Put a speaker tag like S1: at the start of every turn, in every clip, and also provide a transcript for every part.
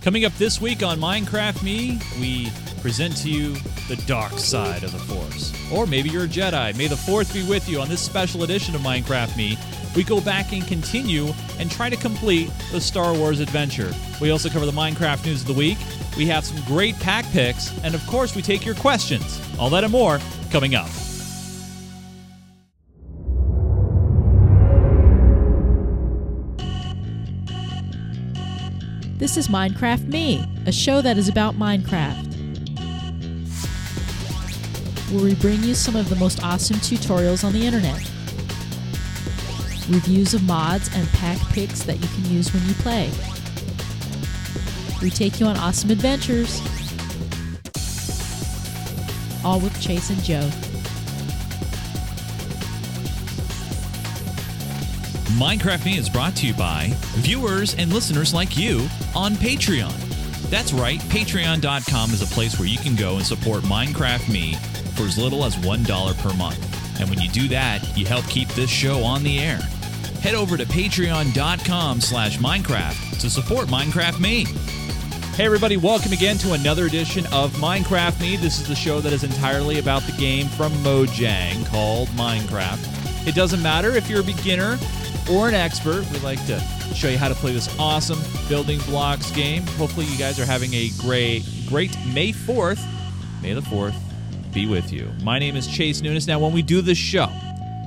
S1: Coming up this week on Minecraft Me, we present to you the dark side of the Force. Or maybe you're a Jedi. May the Force be with you on this special edition of Minecraft Me. We go back and continue and try to complete the Star Wars adventure. We also cover the Minecraft news of the week. We have some great pack picks, and of course, we take your questions. All that and more coming up.
S2: This is Minecraft Me, a show that is about Minecraft. Where we bring you some of the most awesome tutorials on the internet, reviews of mods and pack picks that you can use when you play. We take you on awesome adventures, all with Chase and Joe.
S1: Minecraft Me is brought to you by viewers and listeners like you on Patreon. That's right, patreon.com is a place where you can go and support Minecraft Me for as little as $1 per month. And when you do that, you help keep this show on the air. Head over to patreon.com slash Minecraft to support Minecraft Me. Hey, everybody, welcome again to another edition of Minecraft Me. This is the show that is entirely about the game from Mojang called Minecraft. It doesn't matter if you're a beginner or an expert, we like to show you how to play this awesome building blocks game. Hopefully, you guys are having a great, great May 4th. May the 4th be with you. My name is Chase Nunes. Now, when we do this show,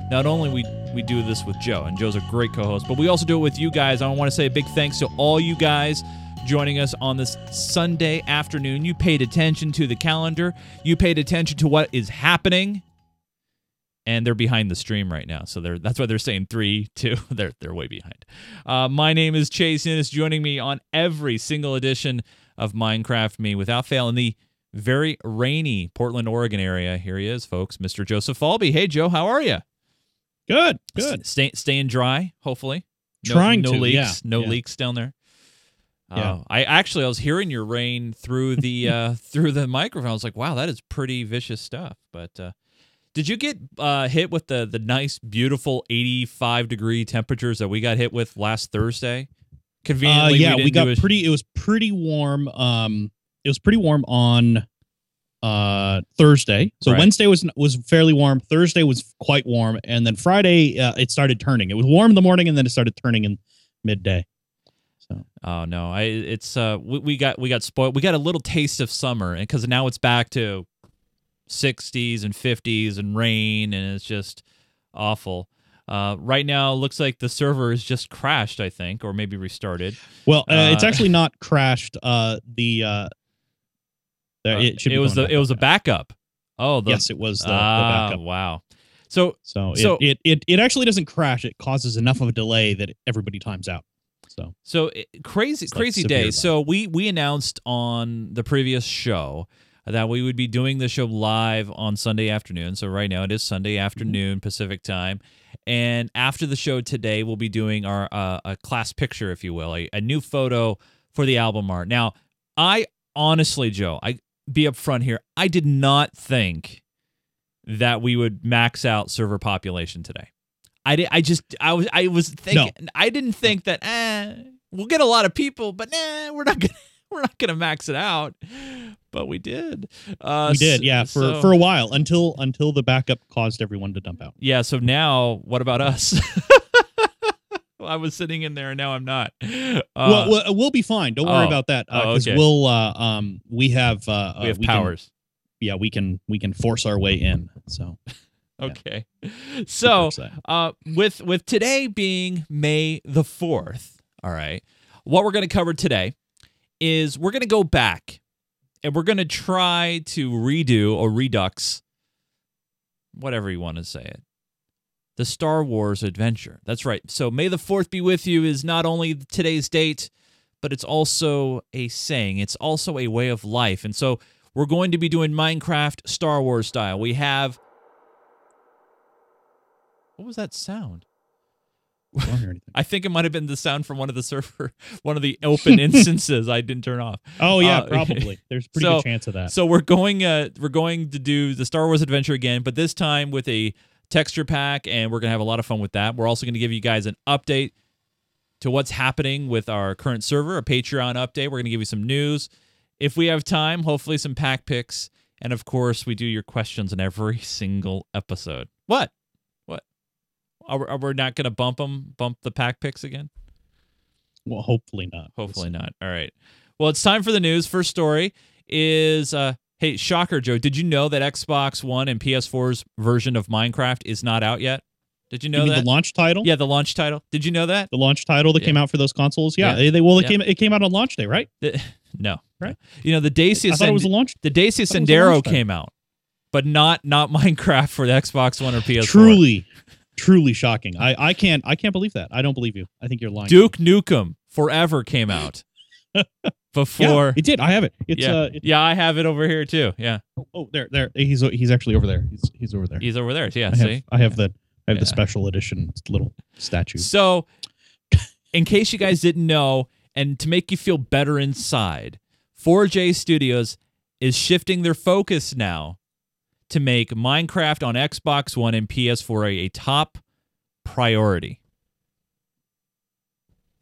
S1: not only we we do this with Joe, and Joe's a great co-host, but we also do it with you guys. I want to say a big thanks to all you guys joining us on this Sunday afternoon. You paid attention to the calendar. You paid attention to what is happening, and they're behind the stream right now. So they're that's why they're saying three, two. They're they're way behind. Uh, my name is Chase Innes. Joining me on every single edition of Minecraft Me without fail in the very rainy Portland, Oregon area. Here he is, folks, Mr. Joseph Falby. Hey, Joe, how are you?
S3: Good, good.
S1: S- stay, staying dry, hopefully. No,
S3: Trying
S1: no
S3: to,
S1: leaks,
S3: yeah,
S1: no
S3: yeah.
S1: leaks down there. Uh,
S3: Yeah.
S1: I actually I was hearing your rain through the uh, through the microphone. I was like, wow, that is pretty vicious stuff. But uh, did you get uh, hit with the the nice, beautiful eighty five degree temperatures that we got hit with last Thursday?
S3: Uh,
S1: Conveniently,
S3: yeah,
S1: we,
S3: we,
S1: didn't
S3: got
S1: do a-
S3: pretty. It was pretty warm. Um, it was pretty warm on uh Thursday. So
S1: Right.
S3: Wednesday was was fairly warm. Thursday was quite warm, and then Friday uh, it started turning. It was warm in the morning, and then it started turning in midday. So
S1: Oh no, I it's uh we, we got we got spoiled. We got a little taste of summer because now it's back to 60s and 50s and rain and it's just awful. Uh, right now, looks like the server has just crashed. I think, or maybe restarted.
S3: well, uh, it's
S1: Uh,
S3: actually not crashed. Uh, the uh, there,
S1: Uh,
S3: it should. be
S1: was
S3: going
S1: the it was a
S3: back up
S1: backup. Oh,
S3: now.
S1: the,
S3: Yes, it was the, the
S1: ah,
S3: backup.
S1: wow. So
S3: So,
S1: So-
S3: it, it it it actually doesn't crash. It causes enough of a delay that everybody times out. So
S1: So it- crazy,
S3: It's like
S1: crazy
S3: severe
S1: day.
S3: lag.
S1: So we we announced on the previous show that we would be doing the show live on Sunday afternoon. So right now it is Sunday
S3: Mm-hmm.
S1: afternoon Pacific time, and after the show today, we'll be doing our uh, a class picture, if you will, a, a new photo for the album art. Now, I honestly, Joe, I be upfront here. I did not think that we would max out server population today. I did. I just. I was. I was thinking. I didn't think that. Eh, we'll get a lot of people, but nah, we're not gonna. We're not gonna max it out. But we did. Uh,
S3: we
S1: s-
S3: did, yeah, for
S1: so-
S3: for a while until until the backup caused everyone to dump out.
S1: yeah. So now, what about us? Well, I was sitting in there, and now I'm not. Uh,
S3: well, we'll, we'll be fine. Don't worry
S1: oh,
S3: about that
S1: oh,
S3: because
S1: okay.
S3: we'll uh, um we have uh,
S1: we
S3: uh,
S1: have
S3: can-
S1: powers.
S3: yeah, we can we can force our way in. So
S1: okay. So.
S3: super excited.
S1: uh, with with today being May the fourth. All right, what we're going to cover today is we're going to go back and we're going to try to redo or redux, whatever you want to say it. The Star Wars adventure. That's right. So May the 4th be with you is not only today's date, but it's also a saying. It's also a way of life. And so we're going to be doing Minecraft Star Wars style. We have What was that sound?
S3: I don't hear anything.
S1: I think it might have been the sound from one of the server, one of the open instances I didn't turn off.
S3: Oh yeah,
S1: Uh,
S3: probably. There's a pretty
S1: so-
S3: good chance of that.
S1: So we're going, uh, we're going to do the Star Wars adventure again, but this time with a texture pack, and we're gonna have a lot of fun with that. We're also gonna give you guys an update to what's happening with our current server, a Patreon update. We're going to give you some news. If we have time, hopefully some pack picks. And of course, we do your questions in every single episode. What? What? Are, we- are we not going to bump them, bump the pack picks again?
S3: Well, hopefully not.
S1: Hopefully not. All right. Well, it's time for the news. First story is uh hey, shocker Joe, did you know that Xbox 1 and PS4's version of Minecraft is not out yet? Did you
S3: You
S1: know
S3: mean
S1: that?
S3: the launch title?
S1: yeah, the launch title. Did you know that?
S3: The launch title that
S1: Yeah.
S3: came out for those consoles? Yeah.
S1: Yeah.
S3: They, they- well, it
S1: Yeah.
S3: came it came out on launch day, right?
S1: The- no.
S3: Right.
S1: You know, the
S3: I
S1: Dacia
S3: thought it was a
S1: Send-
S3: launch.
S1: the Dacia
S3: thought it was a launch
S1: Sendero
S3: title.
S1: came out, but not not Minecraft for the Xbox 1 or PS4.
S3: Truly, truly shocking. I I can't I can't believe that. I don't believe you. I think you're lying.
S1: Duke Nukem Forever came out
S3: Yeah,
S1: before
S3: it did. I have it. It's
S1: yeah.
S3: uh. It,
S1: yeah, I have it over here too. Yeah.
S3: oh, there, there. He's he's actually over there. He's he's over there.
S1: He's over there. Yeah,
S3: I have,
S1: see?
S3: I have the I have
S1: Yeah.
S3: the special edition little statue.
S1: So, in case you guys didn't know, and to make you feel better inside, 4J Studios is shifting their focus now to make Minecraft on Xbox One and PS4 a, a top priority.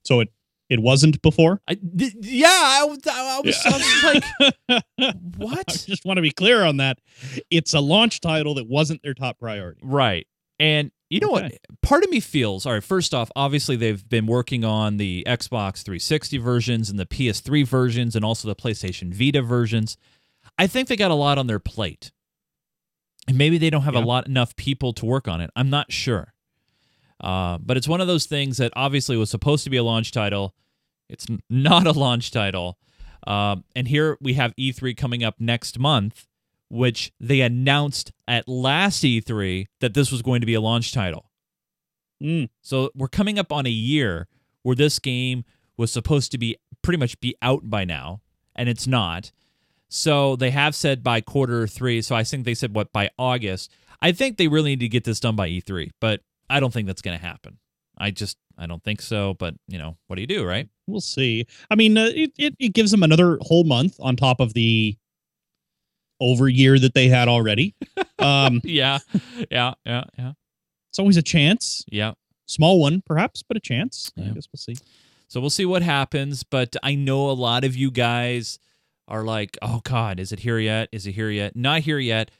S3: So it it wasn't before.
S1: I, d- yeah, I, was- I was, I was like,
S3: I
S1: what?
S3: just want to be clear on that. It's a launch title that wasn't their top priority.
S1: Right. And you know
S3: Okay.
S1: what? Part of me feels all right. First off, obviously they've been working on the Xbox 360 versions and the PS3 versions and also the PlayStation Vita versions. I think they got a lot on their plate. And maybe they don't have
S3: Yeah.
S1: a lot enough people to work on it. I'm not sure. Uh, but it's one of those things that obviously was supposed to be a launch title. It's n- not a launch title. Um, and here we have E3 coming up next month, which they announced at last E3 that this was going to be a launch title.
S3: Mm.
S1: So we're coming up on a year where this game was supposed to be pretty much be out by now, and it's not. So they have said by quarter three. So I think they said what by August. I think they really need to get this done by E3, but I don't think that's going to happen. I just I don't think so. But you know what do you do, right?
S3: We'll see. I mean, uh, it, it it gives them another whole month on top of the over year that they had already. Um,
S1: Yeah, yeah, yeah, yeah,
S3: it's always a chance,
S1: yeah.
S3: small one perhaps, but a chance. I
S1: Yeah.
S3: guess we'll see.
S1: So we'll see what happens. But I know a lot of you guys are like, oh God, is it here yet? Is it here yet? Not here yet.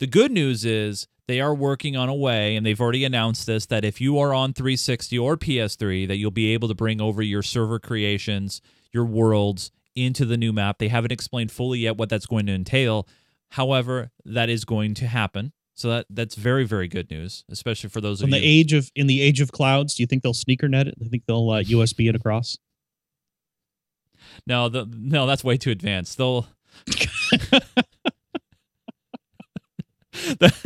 S1: The good news is they are working on a way, and they've already announced this that if you are on 360 or PS3, that you'll be able to bring over your server creations, your worlds into the new map. They haven't explained fully yet what that's going to entail. However, that is going to happen. So that that's very very good news, especially for those
S3: In
S1: of
S3: the
S1: you.
S3: age of in the age of clouds, do you think they'll sneaker net it? Do you think they'll uh, USB it across?
S1: No, the, no, that's way too advanced. They'll.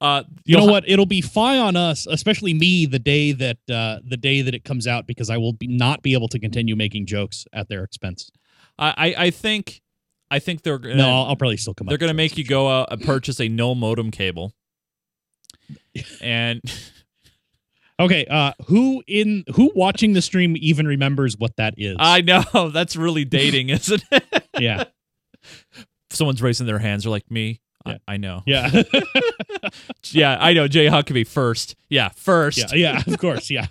S1: uh,
S3: You know
S1: you'll-
S3: what? It'll be fie on us, especially me, the day that uh, the day that it comes out, because I will be not be able to continue making jokes at their expense.
S1: I, I, I think, I think they're gonna,
S3: No, I'll, I'll probably still come. up
S1: they're
S3: with
S1: going to
S3: jokes,
S1: make you
S3: I'm
S1: go out and purchase a no modem cable. And
S3: sure. Okay, uh, who in who watching the stream even remembers what that is?
S1: I know that's really dating, isn't it?
S3: yeah,
S1: Someone's raising their hands. They're like me.
S3: Yeah.
S1: I, I know.
S3: yeah,
S1: Yeah, I know. Jay Huckabee first. Yeah, first.
S3: yeah, yeah. Of course, yeah.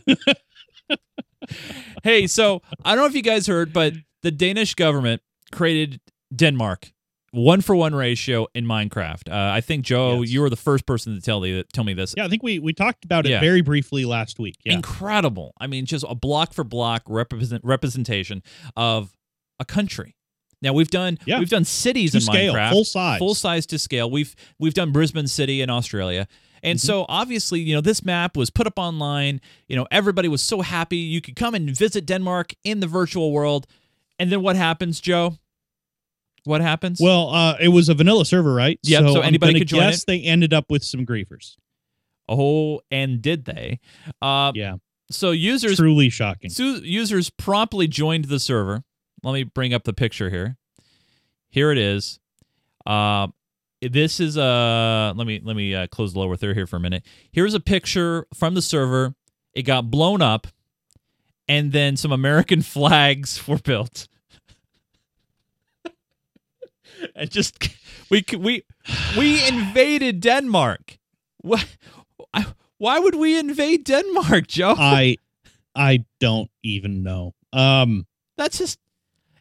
S1: hey, so I don't know if you guys heard, but the Danish government created Denmark one for one ratio in Minecraft. Uh, I think Joe,
S3: Yes.
S1: you were the first person to tell me tell me this.
S3: Yeah, I think we we talked about it
S1: Yeah.
S3: very briefly last week. Yeah,
S1: Incredible. I mean, just a block for block represent, representation of a country. Now we've done
S3: Yeah.
S1: we've done cities
S3: to
S1: in
S3: scale,
S1: Minecraft
S3: full size.
S1: full size to scale. We've we've done Brisbane City in Australia. And
S3: Mm-hmm.
S1: so obviously, you know, this map was put up online. You know, everybody was so happy you could come and visit Denmark in the virtual world. And then what happens, Joe? What happens?
S3: Well, uh, it was a vanilla server, right?
S1: Yep, so
S3: I'm
S1: anybody
S3: gonna
S1: could join
S3: guess They ended up with some griefers.
S1: oh, and did they? Uh,
S3: Yeah,
S1: So users
S3: truly shocking.
S1: Su- users promptly joined the server. Let me bring up the picture here. Here it is. Um, this is uh let me let me uh, close the lower third here for a minute. Here's a picture from the server. It got blown up, and then some American flags were built. and just we c- we we invaded Denmark. What? Why would we invade Denmark, Joe?
S3: I I don't even know. Um,
S1: That's just,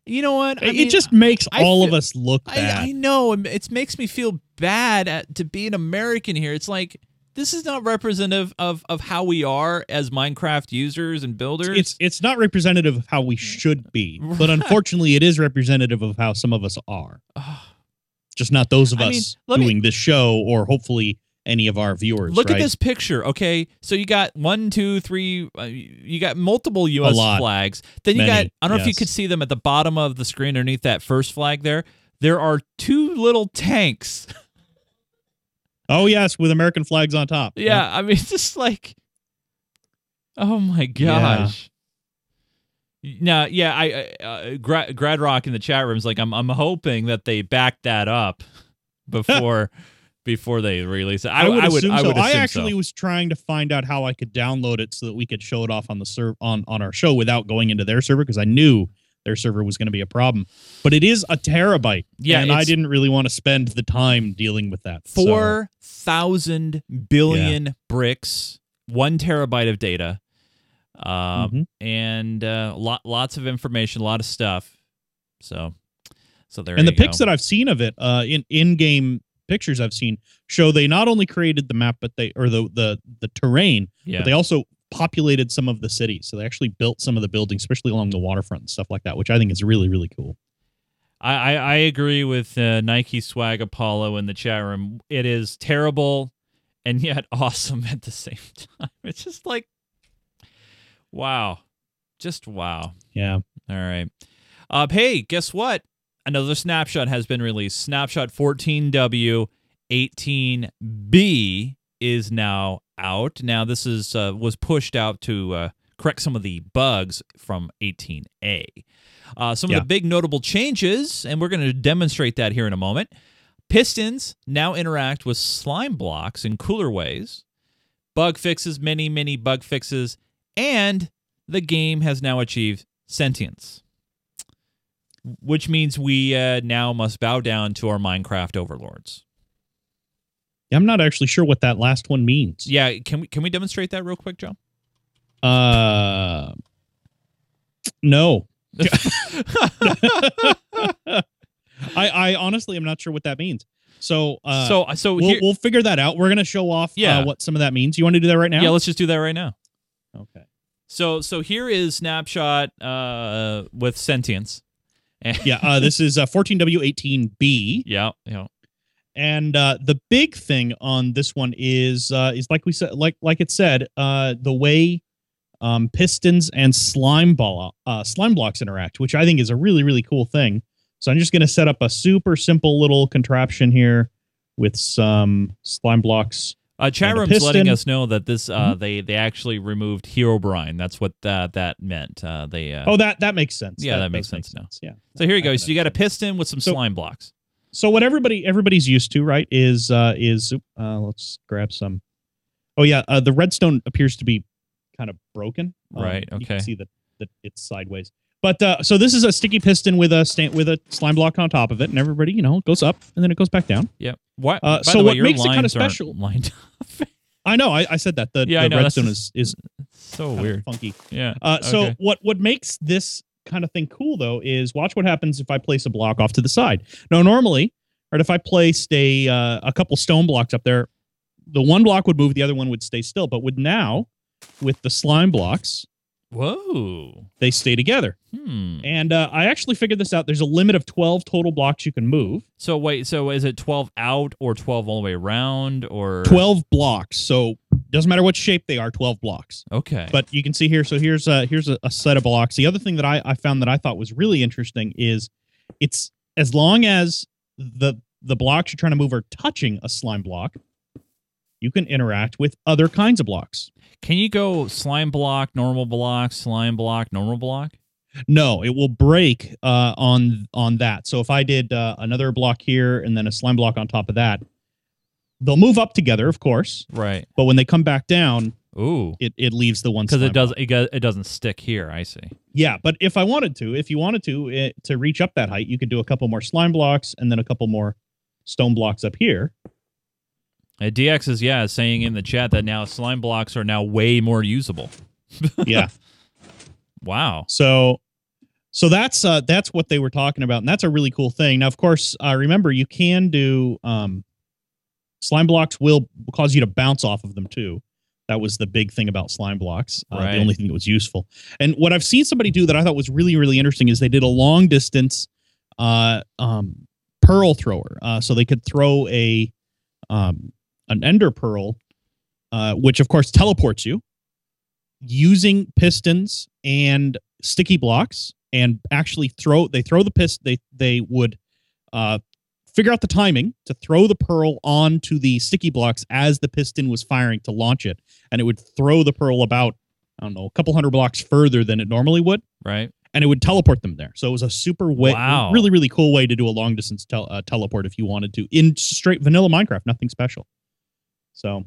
S1: you know what? I
S3: it-
S1: mean,
S3: it just makes
S1: I
S3: all of
S1: feel-
S3: us look bad.
S1: I, I know and it makes me feel bad at, to be an American here. It's like this is not representative of of how we are as Minecraft users and builders.
S3: it's it's not representative of how
S1: Mm.
S3: we should be, but unfortunately, it is representative of how some of us are.
S1: Ugh.
S3: Just not those of
S1: I mean,
S3: us
S1: let me-
S3: doing this show, or hopefully any of our viewers.
S1: Look
S3: right?
S1: at this picture, okay? So you got one, two, three. Uh, you got multiple
S3: A
S1: U.S.
S3: lot.
S1: flags. Then you
S3: Many,
S1: got. I don't know if you
S3: yes.
S1: could see them at the bottom of the screen underneath that first flag. There, there are two little tanks.
S3: Oh yes, with American flags on top.
S1: Yeah, I mean, it's just like, oh my gosh. Now, yeah, I, I uh, Gra- Grad Rock in the chat room is like, I'm, I'm hoping that they back that up before, before they release it. I, I would, I would,
S3: assume so. I
S1: assume
S3: actually was trying to find out how I could download it so that we could show it off on the serv- on on our show without going into their server because I knew their server was going to be a problem. But it is a terabyte,
S1: Yeah,
S3: and I
S1: it's-
S3: didn't really want to spend the time dealing with that. so-
S1: Four thousand billion bricks, one terabyte of data, um,
S3: Mhm.
S1: and uh, lot, lots of information, a lot of stuff. So, so there.
S3: and the
S1: you go.
S3: pics that I've seen of it, uh, in in-game pictures I've seen, show they not only created the map, but they or the the the terrain,
S1: yeah.
S3: but they also populated some of the cities. So they actually built some of the buildings, especially along the waterfront and stuff like that, which I think is really really cool.
S1: I, I, I agree with uh, Nike Swag Apollo in the chat room. It is terrible and yet awesome at the same time. It's just like, wow. Just wow.
S3: Yeah,
S1: All right. Uh, hey, guess what? Another snapshot has been released. Snapshot 14W 18B is now out. Now this is uh, was pushed out to uh, correct some of the bugs from 18A. Uh, some
S3: Yeah.
S1: of the big notable changes, and we're going to demonstrate that here in a moment. Pistons now interact with slime blocks in cooler ways. Bug fixes, many, many bug fixes, and the game has now achieved sentience, which means we uh, now must bow down to our Minecraft overlords.
S3: yeah. I'm not actually sure what that last one means.
S1: Yeah, can we can we demonstrate that real quick, Joe?
S3: Uh, no. I I honestly am not sure what that means. So uh,
S1: so so
S3: we'll
S1: here,
S3: we'll figure that out. We're gonna show off
S1: Yeah.
S3: uh, what some of that means. You want to do that right now?
S1: yeah, let's just do that right now.
S3: okay.
S1: So so here is snapshot uh, with sentience. And-
S3: yeah, uh, this is uh, 14W18B,
S1: yeah, yeah. Uh,
S3: and uh, the big thing on this one is uh, is like we said, like like it said, uh, the way um, pistons and slime ball uh, slime blocks interact, which I think is a really really cool thing. So I'm just going to set up a super simple little contraption here with some slime blocks.
S1: Uh,
S3: And
S1: chat
S3: the
S1: room's letting
S3: piston. Mm-hmm.
S1: us know that this uh, they they actually removed hero brine. That's what that that meant. Uh, they uh,
S3: Oh, that that makes sense.
S1: Yeah, that
S3: does
S1: makes
S3: make
S1: sense now.
S3: Yeah.
S1: so here you
S3: I
S1: go.
S3: can
S1: So you got a
S3: understand.
S1: piston with some
S3: So-
S1: slime blocks.
S3: so what everybody everybody's used to right is uh is uh let's grab some oh yeah uh, the redstone appears to be kind of broken Um,
S1: Right,
S3: you
S1: okay.
S3: can see that that it's sideways but uh so this is a sticky piston with a stand with a slime block on top of it and everybody you know goes up and then it goes back down
S1: Yeah. Why,
S3: Uh,
S1: by the
S3: so
S1: way,
S3: what
S1: your
S3: makes it kinda
S1: lines aren't
S3: special-
S1: Lined up.
S3: i know i, I said that the,
S1: Yeah, I
S3: the
S1: know, that's
S3: redstone
S1: just-
S3: is is
S1: so
S3: kind
S1: weird.
S3: of funky
S1: Yeah.
S3: uh so
S1: Okay.
S3: what what makes this kind of thing cool though is watch what happens if i place a block off to the side now normally right if i placed a uh, a couple stone blocks up there the one block would move the other one would stay still but with now with the slime blocks
S1: Whoa.
S3: they stay together
S1: Hmm.
S3: and uh, i actually figured this out there's a limit of 12 total blocks you can move
S1: So wait, so is it 12 out or 12 all the way around or
S3: 12 blocks so doesn't matter what shape they are 12 blocks
S1: Okay.
S3: but you can see here so here's a here's a, a set of blocks the other thing that I, I found that i thought was really interesting is it's as long as the the blocks you're trying to move are touching a slime block you can interact with other kinds of blocks
S1: can you go slime block, normal block, slime block, normal block?
S3: no it will break uh, on on that so if i did uh, another block here and then a slime block on top of that they'll move up together of course
S1: Right.
S3: but when they come back down
S1: Ooh.
S3: it, it leaves the one
S1: Cuz
S3: slime
S1: it does
S3: block.
S1: it, go- it doesn't stick here, I see.
S3: Yeah, but if I wanted to, if you wanted to, eh, to reach up that height, you could do a couple more slime blocks and then a couple more stone blocks up here.
S1: Uh, DX is yeah, saying in the chat that now slime blocks are now way more usable.
S3: Yeah.
S1: Wow.
S3: So so that's uh that's what they were talking about, and that's a really cool thing. Now, of course, uh, remember you can do um slime blocks will cause you to bounce off of them too. That was the big thing about slime blocks. Uh,
S1: Right.
S3: The only thing that was useful. And what I've seen somebody do that I thought was really really interesting is they did a long distance uh um pearl thrower. Uh, so they could throw a um an ender pearl, uh, which of course teleports you using pistons and sticky blocks and actually throw they throw the pist they they would uh figure out the timing to throw the pearl onto the sticky blocks as the piston was firing to launch it and it would throw the pearl about i don't know a couple hundred blocks further than it normally would
S1: Right.
S3: and it would teleport them there so it was a super way
S1: Wow.
S3: really really cool way to do a long distance tel- uh, teleport if you wanted to in straight vanilla minecraft nothing special so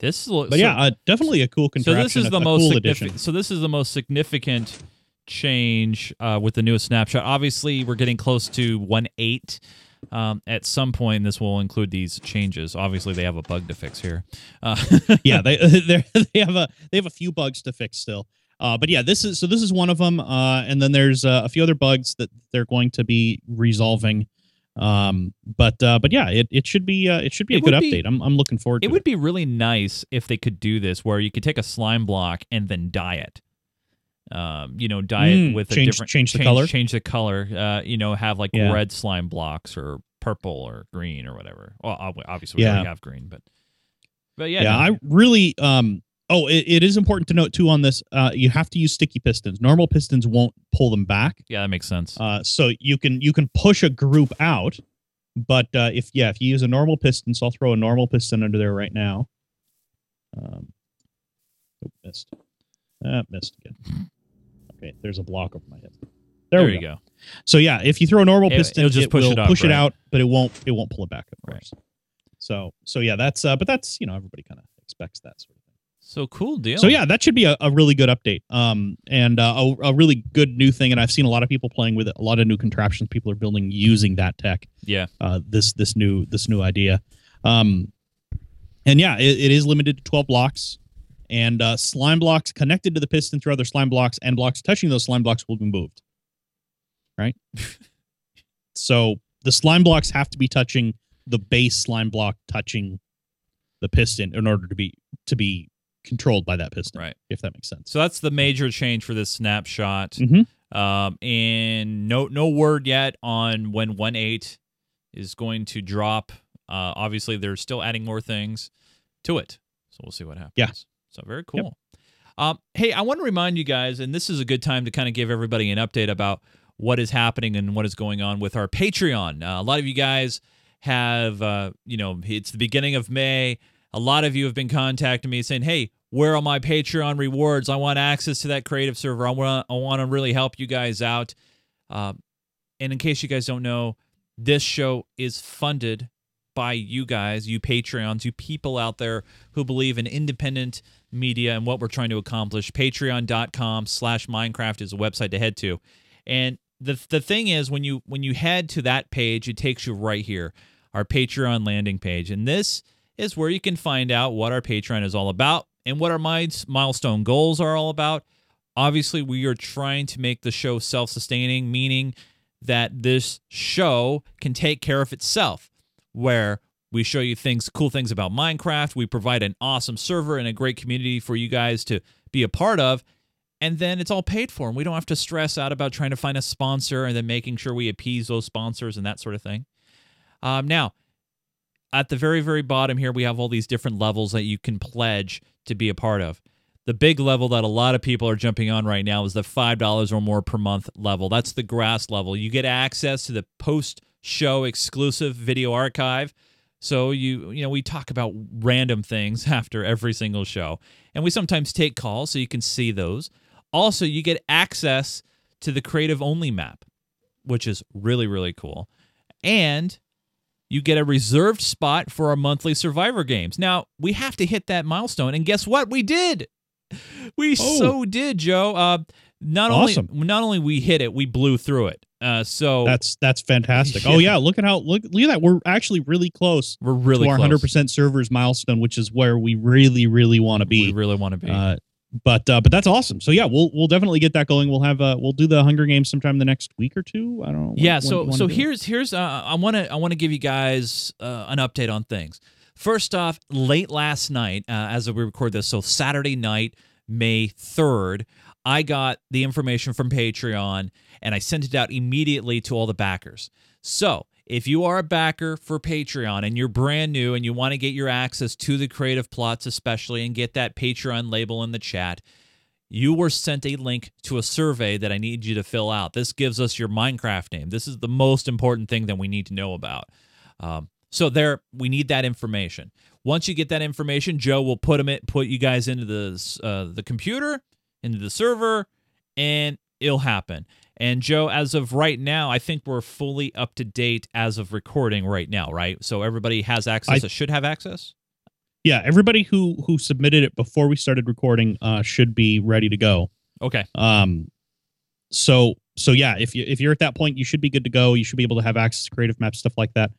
S1: This looks.
S3: but yeah uh, definitely a cool
S1: So
S3: contraption
S1: this is
S3: a-
S1: the
S3: a
S1: most
S3: cool addition
S1: significant. So this is the most significant change uh, with the newest snapshot. Obviously, we're getting close to one eight. Um, at some point, this will include these changes. Obviously, they have a bug to fix here. Uh,
S3: yeah, they they're- they have a they have a few bugs to fix still. Uh, but yeah, this is so this is one of them. Uh, and then there's uh, a few other bugs that they're going to be resolving. Um, but uh, but yeah, it, it should be uh, it should be
S1: It
S3: a good
S1: would be-
S3: update. I'm I'm looking forward to
S1: it would be really nice if they could do this, where you could take a slime block and then dye it. Um, you know, dye it
S3: Mm,
S1: with a
S3: change-
S1: different
S3: change the color?
S1: change the color. Uh, you know, have like
S3: Yeah.
S1: red slime blocks or purple or green or whatever. Well, ob- obviously, we
S3: Yeah.
S1: already have green, but but yeah,
S3: Yeah,
S1: no,
S3: I really um. Oh, it, it is important to note too on this. Uh, you have to use sticky pistons. Normal pistons won't pull them back.
S1: Yeah, that makes sense.
S3: Uh, so you can you can push a group out, but uh, if yeah, if you use a normal piston, so I'll throw a normal piston under there right now. Um, oh, missed. Ah, missed again. Okay, there's a block over my head. There, we
S1: you
S3: go.
S1: go.
S3: So yeah, if you throw a normal
S1: It-
S3: piston,
S1: it'll just
S3: it
S1: push
S3: will
S1: it up,
S3: push
S1: right?
S3: it out, but it won't it won't pull it back. Of
S1: Right.
S3: course. So so yeah, that's uh, but that's you know everybody kind of expects that sort of thing.
S1: So cool deal.
S3: So yeah, that should be a, a really good update, um, and uh, a, a really good new thing. And I've seen a lot of people playing with it. A lot of new contraptions people are building using that tech.
S1: yeah,
S3: Uh, this this new this new idea, um, and yeah, it, it is limited to twelve blocks, and uh, slime blocks connected to the piston through other slime blocks and blocks touching those slime blocks will be moved. Right. so the slime blocks have to be touching the base slime block touching the piston in order to be to be controlled by that piston
S1: right.
S3: if that makes sense.
S1: So that's the major change for this snapshot.
S3: Mhm.
S1: Um, and no no word yet on when one eight is going to drop. Uh, obviously they're still adding more things to it, so we'll see what happens.
S3: Yeah.
S1: So very cool. Um, hey, I want to remind you guys, and this is a good time to kind of give everybody an update about what is happening and what is going on with our Patreon. Uh, a lot of you guys have, uh, you know, it's the beginning of May. A lot of you have been contacting me saying, hey, where are my Patreon rewards? I want access to that creative server. I want I want to really help you guys out. Um, and in case you guys don't know, this show is funded by you guys, you Patreons, you people out there who believe in independent media and what we're trying to accomplish. Patreon.com slash Minecraft is a website to head to. And the the thing is when you when you head to that page, it takes you right here, our Patreon landing page. And this is where you can find out what our Patreon is all about and what our miles- milestone goals are all about. Obviously, we are trying to make the show self sustaining, meaning that this show can take care of itself, where we show you things, cool things about Minecraft. We provide an awesome server and a great community for you guys to be a part of. And then it's all paid for, and we don't have to stress out about trying to find a sponsor and then making sure we appease those sponsors and that sort of thing. Um, now, at the very, very bottom here, we have all these different levels that you can pledge to be a part of. The big level that a lot of people are jumping on right now is the $5 or more per month level. That's the grass level. You get access to the post show exclusive video archive. So you you know we talk about random things after every single show and we sometimes take calls so you can see those. Also, you get access to the creative only map, which is really really cool. And you get a reserved spot for our monthly survivor games. Now, we have to hit that milestone and guess what? We did. We
S3: Oh.
S1: so did, Joe. Uh not
S3: Awesome.
S1: only not only we hit it, we blew through it. Uh so
S3: That's that's fantastic.
S1: Yeah.
S3: Oh yeah, look at how look look at that. We're actually really close
S1: we're really
S3: to our
S1: close.
S3: hundred percent servers milestone, which is where we really really want to
S1: we
S3: be.
S1: really want to be.
S3: Uh, but uh, but that's awesome. So yeah, we'll we'll definitely get that going. We'll have uh, we'll do the Hunger Games sometime the next week or two. I don't know.
S1: yeah
S3: when-
S1: so
S3: when you
S1: so
S3: wanna do it.
S1: here's here's uh, i want to i want to give you guys uh, an update on things first off late last night uh, as we record this so saturday night may 3rd i got the information from patreon and i sent it out immediately to all the backers so if you are a backer for Patreon and you're brand new and you want to get your access to the creative plots, especially, and get that Patreon label in the chat, you were sent a link to a survey that I need you to fill out. This gives us your Minecraft name. This is the most important thing that we need to know about. Um, so there, we need that information. Once you get that information, Joe will put 'em it, put you guys into the uh, the computer, into the server, and it'll happen. And Joe, as of right now, I think we're fully up to date as of recording right now, right? So everybody has access.
S3: I-
S1: that should have access.
S3: yeah, everybody who who submitted it before we started recording uh, should be ready to go.
S1: Okay.
S3: Um, so so yeah, if you if you're at that point, you should be good to go. You should be able to have access to creative maps, stuff like that.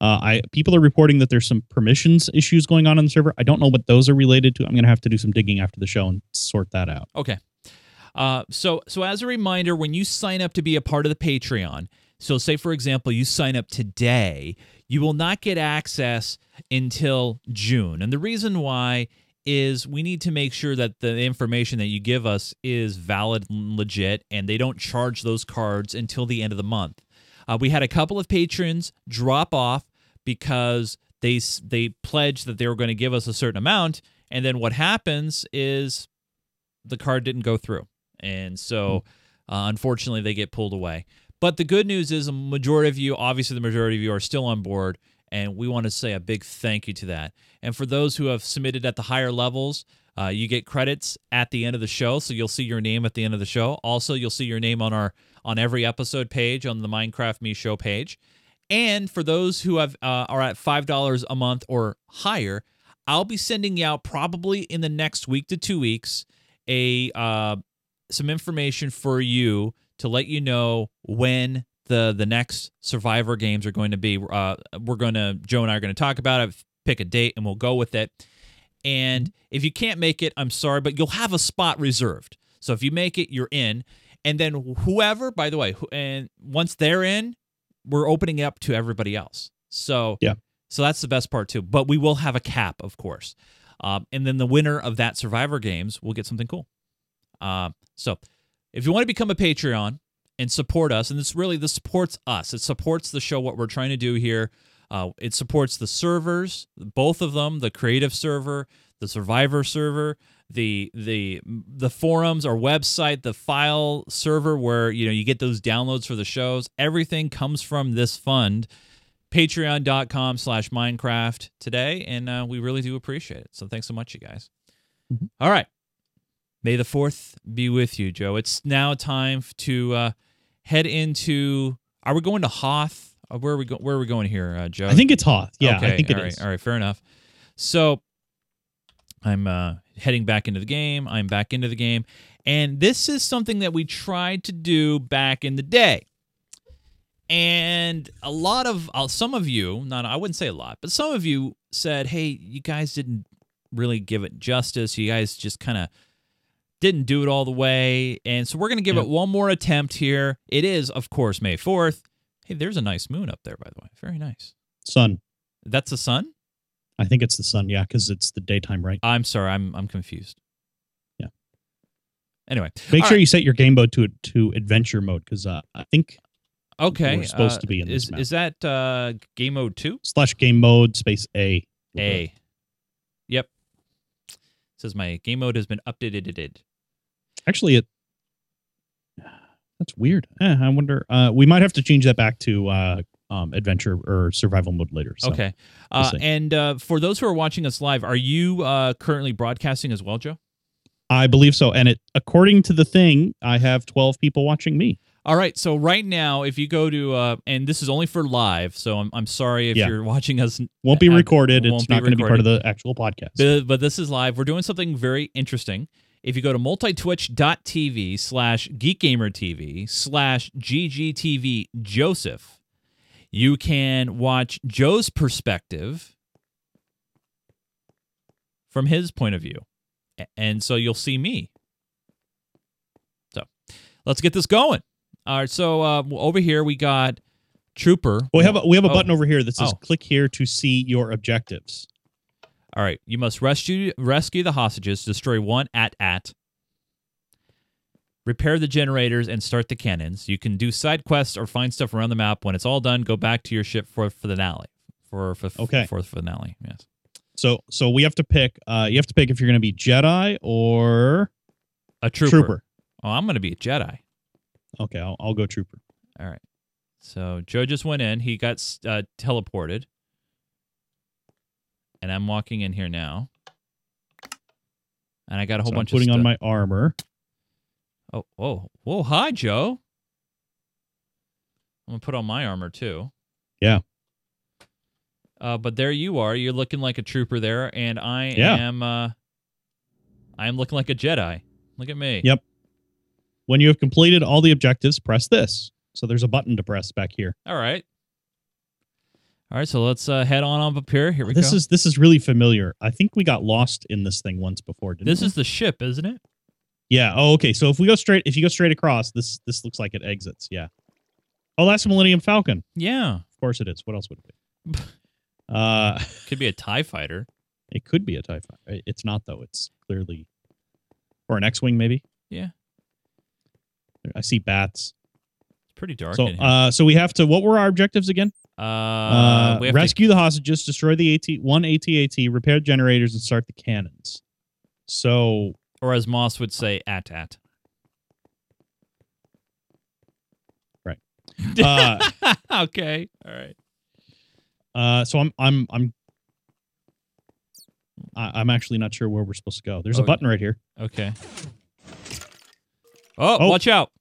S3: Uh, I people are reporting that there's some permissions issues going on on the server. I don't know what those are related to. I'm gonna have to do some digging after the show and sort that out.
S1: Okay. Uh, so so as a reminder, when you sign up to be a part of the Patreon, so say for example you sign up today, you will not get access until June, and the reason why is we need to make sure that the information that you give us is valid and legit, and they don't charge those cards until the end of the month. Uh, we had a couple of patrons drop off because they s- they pledged that they were going to give us a certain amount, and then what happens is the card didn't go through. And so, uh, unfortunately, they get pulled away. But the good news is, a majority of you, obviously, the majority of you are still on board. And we want to say a big thank you to that. And for those who have submitted at the higher levels, uh, you get credits at the end of the show. So you'll see your name at the end of the show. Also, you'll see your name on our on every episode page on the Minecraft Me Show page. And for those who have uh, are at five dollars a month or higher, I'll be sending you out probably in the next week to two weeks a uh, some information for you to let you know when the the next Survivor games are going to be. Uh, we're going to Joe and I are going to talk about it, pick a date, and we'll go with it. And if you can't make it, I'm sorry, but you'll have a spot reserved. So if you make it, you're in. And then whoever, by the way, who, and once they're in, we're opening up to everybody else. So
S3: Yeah.
S1: so that's the best part too. But we will have a cap, of course. Um, and then the winner of that Survivor games will get something cool. Um, so if you want to become a Patreon and support us, and this really this supports us, it supports the show, what we're trying to do here. Uh, it supports the servers, both of them, the creative server, the survivor server, the the the forums, our website, the file server where you know you get those downloads for the shows. Everything comes from this fund patreon.com slash minecraft today and uh, we really do appreciate it so thanks so much you guys
S3: Mm-hmm.
S1: All right may the fourth be with you joe it's now time f- to uh, head into are we going to hoth Uh, where are we go- where are we going here uh, joe
S3: I think it's Hoth. Yeah, I think it is.
S1: all right, All right, fair enough. So I'm uh, heading back into the game. I'm back into the game. And this is something that we tried to do back in the day. And a lot of, uh, some of you, not I wouldn't say a lot, but some of you said, hey, you guys didn't really give it justice. You guys just kind of didn't do it all the way. And so we're going to give
S3: Yeah.
S1: it one more attempt here. It is, of course, May 4th. Hey, there's a nice moon up there, by the way. Very nice.
S3: Sun.
S1: That's the sun?
S3: I think it's the sun. Yeah, because it's the daytime, right?
S1: I'm sorry, I'm I'm confused.
S3: Yeah.
S1: Anyway,
S3: Make
S1: All
S3: sure
S1: right.
S3: you set your game mode to to adventure mode because uh, I think
S1: okay.
S3: We're supposed
S1: uh,
S3: to be in
S1: is
S3: this map.
S1: is that uh, game mode two?
S3: slash game mode space A.
S1: A. Yep. says my game mode has been updated.
S3: Actually, it. That's weird. Eh, I wonder. Uh, we might have to change that back to uh, um, adventure or survival mode later. So.
S1: okay.
S3: we'll
S1: Uh,
S3: see.
S1: and uh, for those who are watching us live, are you uh, currently broadcasting as well, Joe?
S3: I believe so. And it, according to the thing, I have twelve people watching me.
S1: All right. So right now, if you go to uh, and this is only for live, so I'm I'm sorry if
S3: Yeah.
S1: you're watching us
S3: Won't be
S1: Uh,
S3: recorded.
S1: won't
S3: It's
S1: be
S3: not going to be part of the actual podcast.
S1: But, but this is live. We're doing something very interesting. If you go to multitwitch.tv slash geekgamertv slash ggtv joseph, you can watch Joe's perspective from his point of view. A- And so you'll see me. So let's get this going. All right. So uh, w- over here we got Trooper.
S3: Well, we have a, we have a
S1: Oh.
S3: button over here that says
S1: Oh.
S3: click here to see your objectives.
S1: All right. You must rescue rescue the hostages, destroy one at at, repair the generators, and start the cannons. You can do side quests or find stuff around the map. When it's all done, go back to your ship for for the finale. For, for
S3: Okay.
S1: For the finale. Yes.
S3: So so we have to pick uh you have to pick if you're going to be Jedi or
S1: A trooper.
S3: trooper.
S1: Oh, I'm gonna be a Jedi.
S3: Okay, I'll, I'll go trooper.
S1: All right. So Joe just went in. He got s- uh, teleported, and I'm walking in here now. And I got a whole
S3: So I'm
S1: bunch
S3: putting
S1: of
S3: on
S1: stuff.
S3: my armor.
S1: Oh, whoa, whoa! Hi, Joe. I'm gonna put on my armor too.
S3: Yeah.
S1: Uh, but there you are. You're looking like a trooper there, and I
S3: Yeah.
S1: am. Uh, I am looking like a Jedi. Look at me.
S3: Yep. When you have completed all the objectives, press this. So there's a button to press back here.
S1: All right. All right. So let's uh, head on up up here. Here we
S3: This
S1: go.
S3: is this is really familiar. I think we got lost in this thing once before, didn't
S1: this
S3: we?
S1: is the ship, isn't it?
S3: Yeah. Oh, okay. So if we go straight, if you go straight across, this this looks like it exits. Yeah. Oh, that's a Millennium Falcon.
S1: Yeah.
S3: Of course it is. What else would it be? uh,
S1: Could be a Tie Fighter.
S3: it could be a Tie Fighter. It's not though. It's clearly, or an X-wing maybe.
S1: Yeah.
S3: I see bats.
S1: It's pretty dark
S3: So,
S1: in here.
S3: uh, so we have to. What were our objectives again?
S1: Uh,
S3: Uh,
S1: we have to
S3: rescue the hostages, destroy the AT one ATAT, repair generators, and start the cannons. So
S1: or as Moss would say, at at.
S3: Right. Uh,
S1: okay. All right.
S3: Uh, so I'm I'm I'm I- I'm actually not sure where we're supposed to go. There's
S1: Oh,
S3: a button right here.
S1: Okay. Oh,
S3: Oh.
S1: watch out.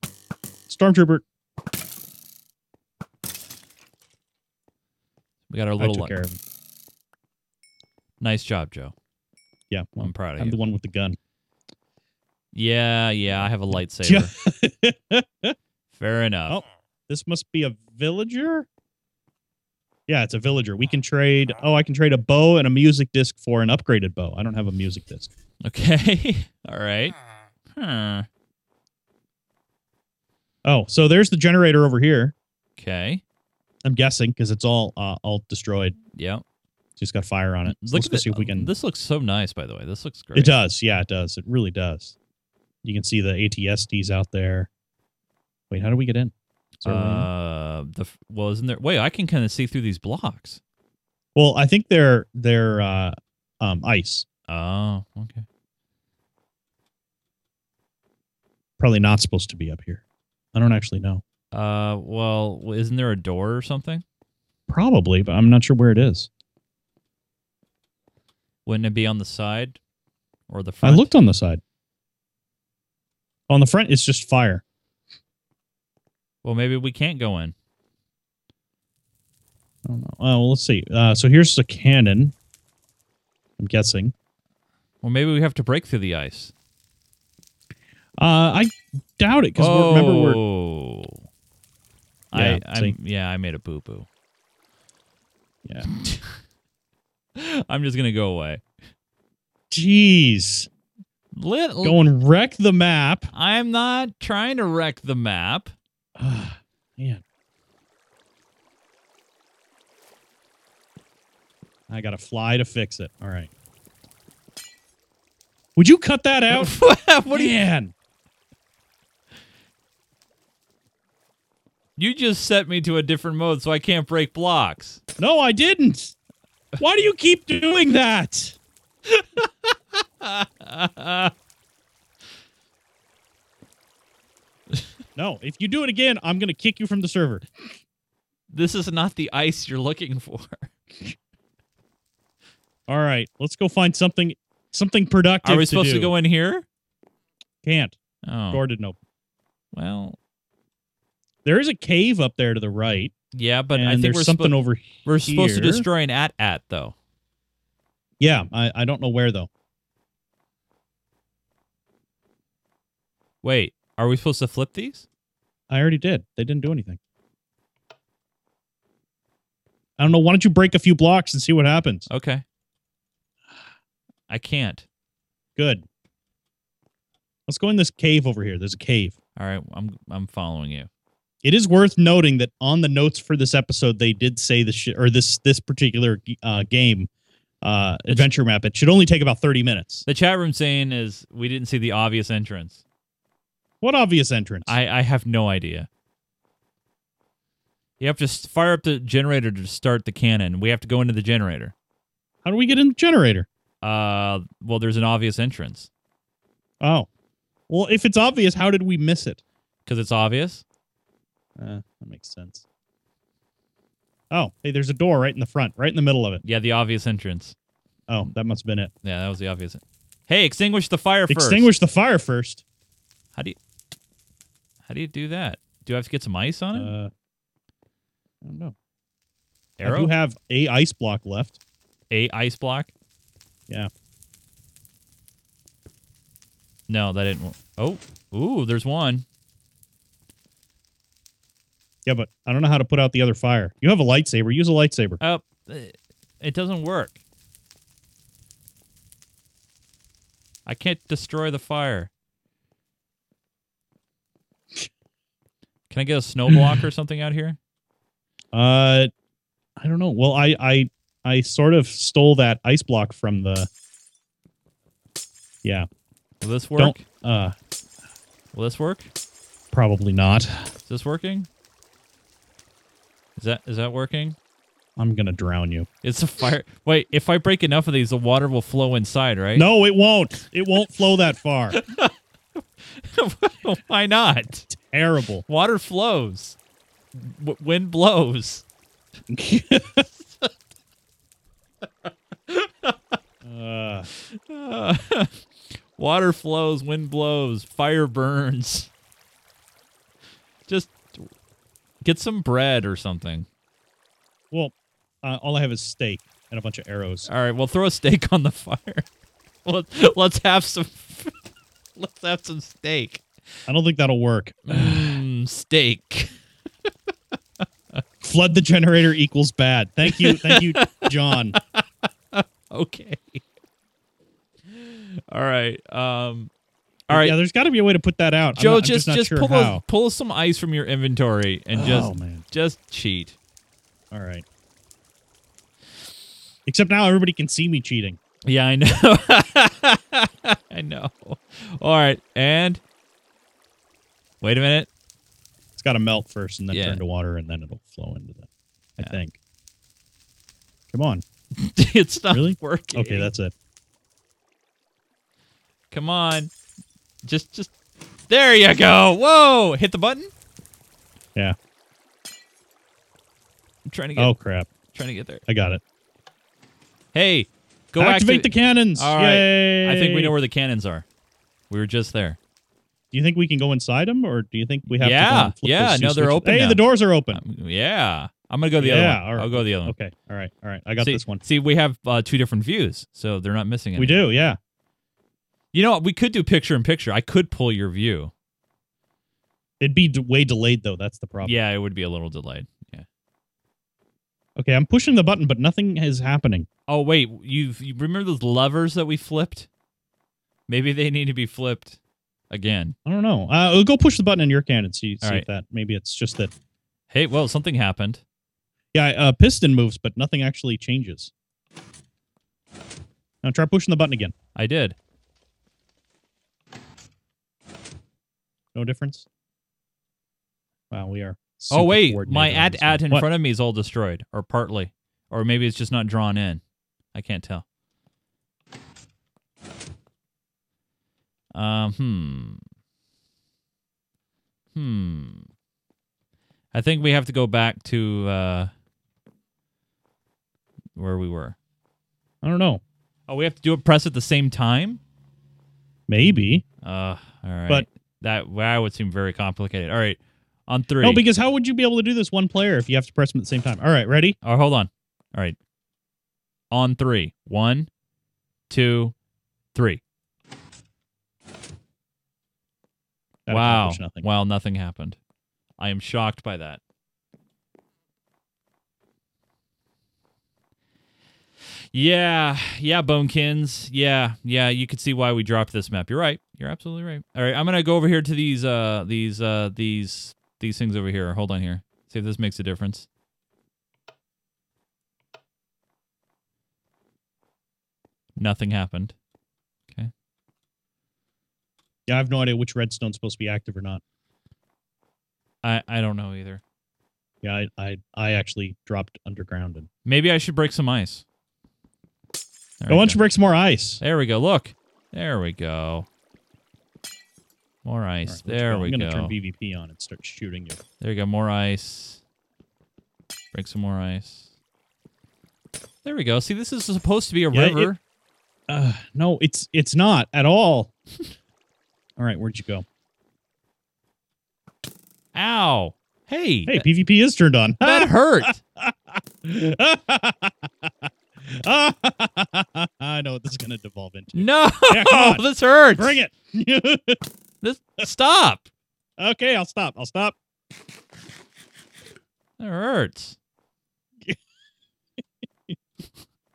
S3: Stormtrooper.
S1: We got our
S3: I
S1: little
S3: took care of him.
S1: Nice job, Joe.
S3: Yeah, well,
S1: I'm proud of
S3: I'm
S1: you.
S3: the one with the gun.
S1: Yeah, yeah, I have a lightsaber. Fair enough.
S3: this must be a villager. Yeah, it's a villager. We can trade. Oh, I can trade a bow and a music disc for an upgraded bow. I don't have a music disc.
S1: Okay. All right. Huh.
S3: Oh, so there's the generator over here.
S1: Okay.
S3: I'm guessing because it's all uh, all destroyed.
S1: Yeah.
S3: It's got fire on it. So
S1: Look
S3: Let's
S1: at
S3: go
S1: the-
S3: see if we can.
S1: This looks so nice, by the way. This looks great.
S3: It does. Yeah, it does. It really does. You can see the ATSDs out there. Wait, how do we get in? Is there a way in?
S1: Uh, the f- well, isn't there? Wait, I can kind of see through these blocks.
S3: well, I think they're they're uh, um, ice.
S1: Oh, okay.
S3: Probably not supposed to be up here. I don't actually know.
S1: Uh, well, w- isn't there a door or something?
S3: Probably, but I'm not sure where it is.
S1: Wouldn't it be on the side or the front?
S3: I looked on the side. On the front, it's just fire.
S1: Well, maybe we can't go in.
S3: I don't know. Oh, well, let's see. Uh, so here's the cannon. I'm guessing.
S1: Well, maybe we have to break through the ice.
S3: Uh, I doubt it because remember we're
S1: Oh.
S3: Yeah,
S1: I,
S3: see?
S1: I'm, yeah, I made a boo boo.
S3: Yeah.
S1: I'm just gonna go away.
S3: jeez
S1: Lit.
S3: going wreck the map.
S1: I'm not trying to wreck the map.
S3: Ah, man. I gotta fly to fix it. All right. Would you cut that out?
S1: what do you?
S3: man.
S1: You just set me to a different mode, so I can't break blocks.
S3: No, I didn't. Why do you keep doing that? no, if you do it again, I'm gonna kick you from the server.
S1: This is not the ice you're looking for.
S3: All right, let's go find something something productive.
S1: Are we supposed to, go in here?
S3: Can't.
S1: Oh.
S3: Door didn't open.
S1: Well,
S3: There is a cave up there to the right,
S1: yeah, but
S3: and
S1: I think
S3: there's
S1: we're
S3: something
S1: suppo-
S3: over.
S1: we're supposed to
S3: here.
S1: destroy an at at though.
S3: Yeah, I, I don't know where though.
S1: Wait, are we supposed to flip these?
S3: I already did. They didn't do anything. I don't know. Why don't you break a few blocks and see what happens?
S1: Okay. I can't.
S3: Good. Let's go in this cave over here. There's a cave.
S1: All right, I'm I'm following you.
S3: It is worth noting that on the notes for this episode, they did say the sh- or this this particular uh, game uh, adventure map. It should only take about thirty minutes.
S1: The chat room saying is we didn't see the obvious entrance.
S3: What obvious entrance?
S1: I I have no idea. You have to s- fire up the generator to start the cannon. We have to go into the generator.
S3: How do we get in the generator?
S1: Uh, well, there's an obvious entrance
S3: Oh, well, if it's obvious, how did we miss it?
S1: because it's obvious.
S3: Uh, that makes sense. Oh, hey, there's a door right in the front, right in the middle of it.
S1: Yeah, the obvious entrance.
S3: Oh, that must have been it.
S1: Yeah, that was the obvious. en- Hey, extinguish the fire first.
S3: Extinguish the fire first.
S1: How do you? How do you do that? Do I have to get some ice on it?
S3: Uh, I don't know. I
S1: Arrow.
S3: do have a ice block left.
S1: a ice block.
S3: Yeah.
S1: No, that didn't. wo- Oh, ooh, there's one.
S3: Yeah, but I don't know how to put out the other fire. You have a lightsaber. Use a lightsaber.
S1: Oh, it it doesn't work. I can't destroy the fire. Can I get a snow block or something out here?
S3: Uh, I don't know. Well, I I I sort of stole that ice block from the. Yeah.
S1: Will this work?
S3: Don't. Uh,
S1: Will this work?
S3: probably not.
S1: Is this working? Is that is that working?
S3: I'm gonna drown you.
S1: It's a fire. Wait, if I break enough of these, the water will flow inside, right?
S3: No, it won't. It won't flow that far.
S1: Why not?
S3: Terrible.
S1: Water flows. W- wind blows.
S3: Uh,
S1: Water flows, wind blows, fire burns. Just get some bread or something.
S3: well, uh, all I have is steak and a bunch of arrows.
S1: All right, well, throw a steak on the fire. Let, let's have some. let's have some steak.
S3: I don't think that'll work.
S1: Mm, steak.
S3: Flood the generator equals bad. Thank you, thank you, John.
S1: Okay. All right. Um. All right.
S3: Yeah, there's got to be a way to put that out. I'm
S1: Joe,
S3: not- I'm
S1: just
S3: not
S1: just
S3: sure
S1: pull
S3: how.
S1: a, pull some ice from your inventory and
S3: Oh,
S1: just
S3: man.
S1: just cheat.
S3: All right. Except now everybody can see me cheating.
S1: Yeah, I know. I know. All right, and wait a minute.
S3: It's got to melt first and then
S1: Yeah.
S3: turn to water and then it'll flow into that. I
S1: Yeah.
S3: think. Come on.
S1: it's not
S3: Really?
S1: working.
S3: Okay, that's it.
S1: come on. Just just there you go. Whoa! Hit the button.
S3: Yeah.
S1: I'm trying to get
S3: Oh crap.
S1: trying to get there.
S3: I got it.
S1: Hey, go
S3: Activate the
S1: acti-
S3: cannons.
S1: All right.
S3: Yay.
S1: I think we know where the cannons are. We were just there.
S3: Do you think we can go inside them or do you think we have to go
S1: Yeah,
S3: and flip
S1: yeah,
S3: those two
S1: no, they're
S3: switches?
S1: open
S3: Hey,
S1: now.
S3: the doors are open.
S1: Um, yeah, I'm gonna go the
S3: Yeah,
S1: other one.
S3: all right.
S1: I'll go the other one.
S3: okay. All right. All right. I got
S1: see,
S3: this one.
S1: See, we have uh, two different views, so they're not missing anything.
S3: We do, yeah.
S1: You know, what? we could do picture in picture. I could pull your view.
S3: It'd be d- way delayed though. That's the problem.
S1: Yeah, it would be a little delayed. Yeah.
S3: Okay, I'm pushing the button but nothing is happening.
S1: Oh wait, you've you remember those levers that we flipped? Maybe they need to be flipped again.
S3: I don't know. Uh, go push the button in your cannon. See, see
S1: All
S3: if that. Maybe it's just that.
S1: Hey, well, something happened.
S3: Yeah, uh, piston moves, but nothing actually changes. Now try pushing the button again.
S1: I did.
S3: No difference. Wow, we are.
S1: oh
S3: super
S1: wait,
S3: coordinated
S1: my
S3: on
S1: ad
S3: this
S1: ad
S3: one.
S1: in
S3: What?
S1: front of me is all destroyed, or partly, or maybe it's just not drawn in. I can't tell. Um, hmm, hmm. I think we have to go back to uh, where we were.
S3: I don't know.
S1: Oh, we have to do it press at the same time.
S3: Maybe.
S1: Uh, all right.
S3: But-
S1: that that would seem very complicated. All right, on three.
S3: No, because how would you be able to do this one player if you have to press them at the same time? All right, ready?
S1: Oh, hold on. All right. On three. One, two, three.
S3: That
S1: wow.
S3: accomplished Nothing.
S1: Wow, nothing happened. I am shocked by that. Yeah, yeah, Bonekins. Yeah, yeah, you could see why we dropped this map. You're right. You're absolutely right. All right, I'm gonna go over here to these uh these uh these these things over here. Hold on here. See if this makes a difference. Nothing happened.
S3: Yeah, I have no idea which redstone's supposed to be active or not.
S1: I I don't know either.
S3: Yeah, I I, I actually dropped underground and
S1: Maybe I should break some ice. There
S3: I
S1: we
S3: want
S1: go.
S3: to break some more ice.
S1: There we go. Look. There we go. More ice.
S3: All right, let's
S1: there
S3: go.
S1: we
S3: I'm
S1: go.
S3: gonna turn BVP on and start shooting you.
S1: There we go. More ice. Break some more ice. There we go. See, this is supposed to be a
S3: Yeah, it-
S1: river.
S3: Uh, no, it's it's not at all. all right, where'd you go?
S1: Ow. Hey.
S3: Hey, Ah, PvP is turned on.
S1: that, that hurt.
S3: I know what this is gonna devolve into.
S1: no.
S3: Yeah, come on.
S1: This hurts.
S3: Bring it.
S1: This, stop.
S3: okay, I'll stop. I'll stop.
S1: That hurts.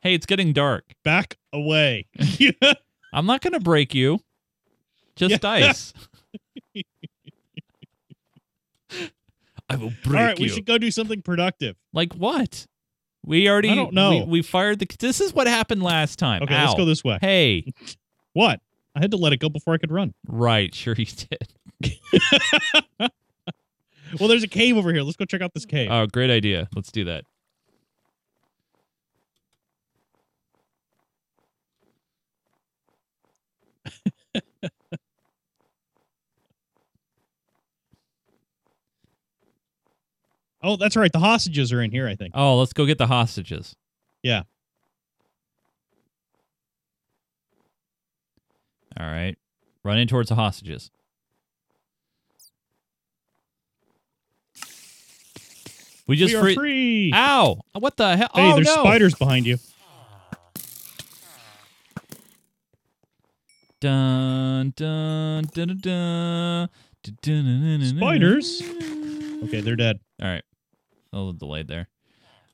S1: hey, it's getting dark.
S3: Back away.
S1: I'm not going to break you. Just ice. I will
S3: All
S1: break
S3: right,
S1: you.
S3: we should go do something productive.
S1: Like what? We already
S3: I don't
S1: We,
S3: know.
S1: we fired the This is what happened last time.
S3: Okay,
S1: Ow.
S3: let's go this way.
S1: Hey,
S3: What? I had to let it go before I could run.
S1: right, sure you did.
S3: Well, there's a cave over here. Let's go check out this cave.
S1: Oh, great idea. Let's do that.
S3: oh, that's right. The hostages are in here, I think.
S1: Oh, let's go get the hostages.
S3: Yeah.
S1: All right. Running towards the hostages. We just
S3: we are
S1: free-
S3: free.
S1: Ow! What the hell?
S3: Hey,
S1: oh
S3: there's
S1: no!
S3: spiders behind you.
S1: Dun dun dun dun dun. Dun, dun, dun, dun, dun,
S3: Spiders?
S1: dun.
S3: Okay, they're dead.
S1: All right. A little delayed there.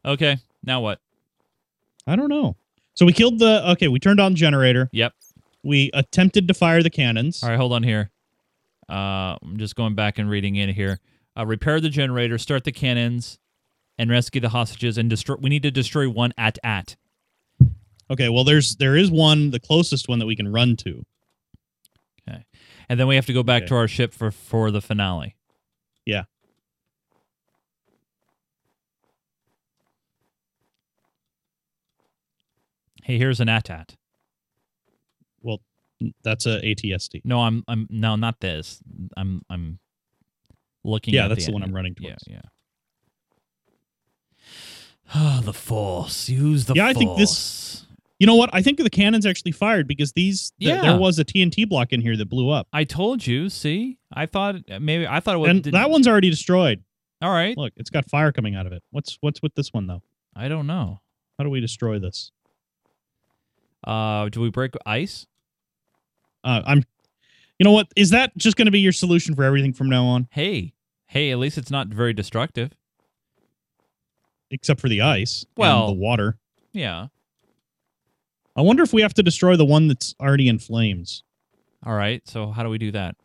S1: Okay. Now what?
S3: I don't know. So we killed the. Okay, we turned on the generator.
S1: Yep.
S3: We attempted to fire the cannons.
S1: All right. Hold on here. Uh, I'm just going back and reading in here. Uh, repair the generator, start the cannons, and rescue the hostages. And destroy. We need to destroy one at at.
S3: Okay, well, there's there is one, the closest one that we can run to.
S1: And then we have to go back
S3: Okay.
S1: to our ship for for the finale.
S3: Yeah.
S1: Hey, here's an at at.
S3: That's a ATSD.
S1: No, I'm I'm no not this. I'm I'm looking.
S3: Yeah,
S1: at
S3: that's the
S1: end.
S3: one I'm running
S1: Yeah,
S3: towards.
S1: yeah. Ah, the force. Use the
S3: Yeah, I think this-
S1: Force.
S3: You know what? I think the cannons actually fired because these. th-
S1: Yeah.
S3: there was a TNT block in here that blew up,
S1: I told you. See, I thought uh, maybe I thought it was
S3: and that one's already destroyed.
S1: All right.
S3: Look, it's got fire coming out of it. What's what's with this one though?
S1: I don't know.
S3: How do we destroy this?
S1: Uh, do we break ice?
S3: Uh, I'm. You know what? Is that just going to be your solution for everything from now on,
S1: Hey, hey. At least it's not very destructive.
S3: except for the ice? and
S1: Well-
S3: the water.
S1: Yeah.
S3: I wonder if we have to destroy the one that's already in flames.
S1: All right. So how do we do that?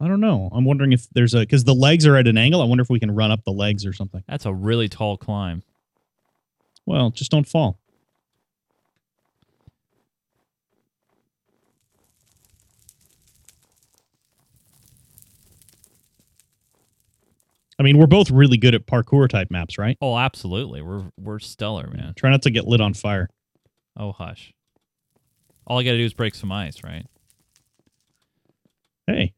S3: I don't know. I'm wondering if there's a because the legs are at an angle. I wonder if we can run up the legs or something.
S1: That's a really tall climb.
S3: Well, just don't fall. I mean, we're both really good at parkour type maps, right?
S1: Oh, absolutely. We're we're stellar, man.
S3: Try not to get lit on fire.
S1: Oh hush. All I gotta do is break some ice, right?
S3: Hey,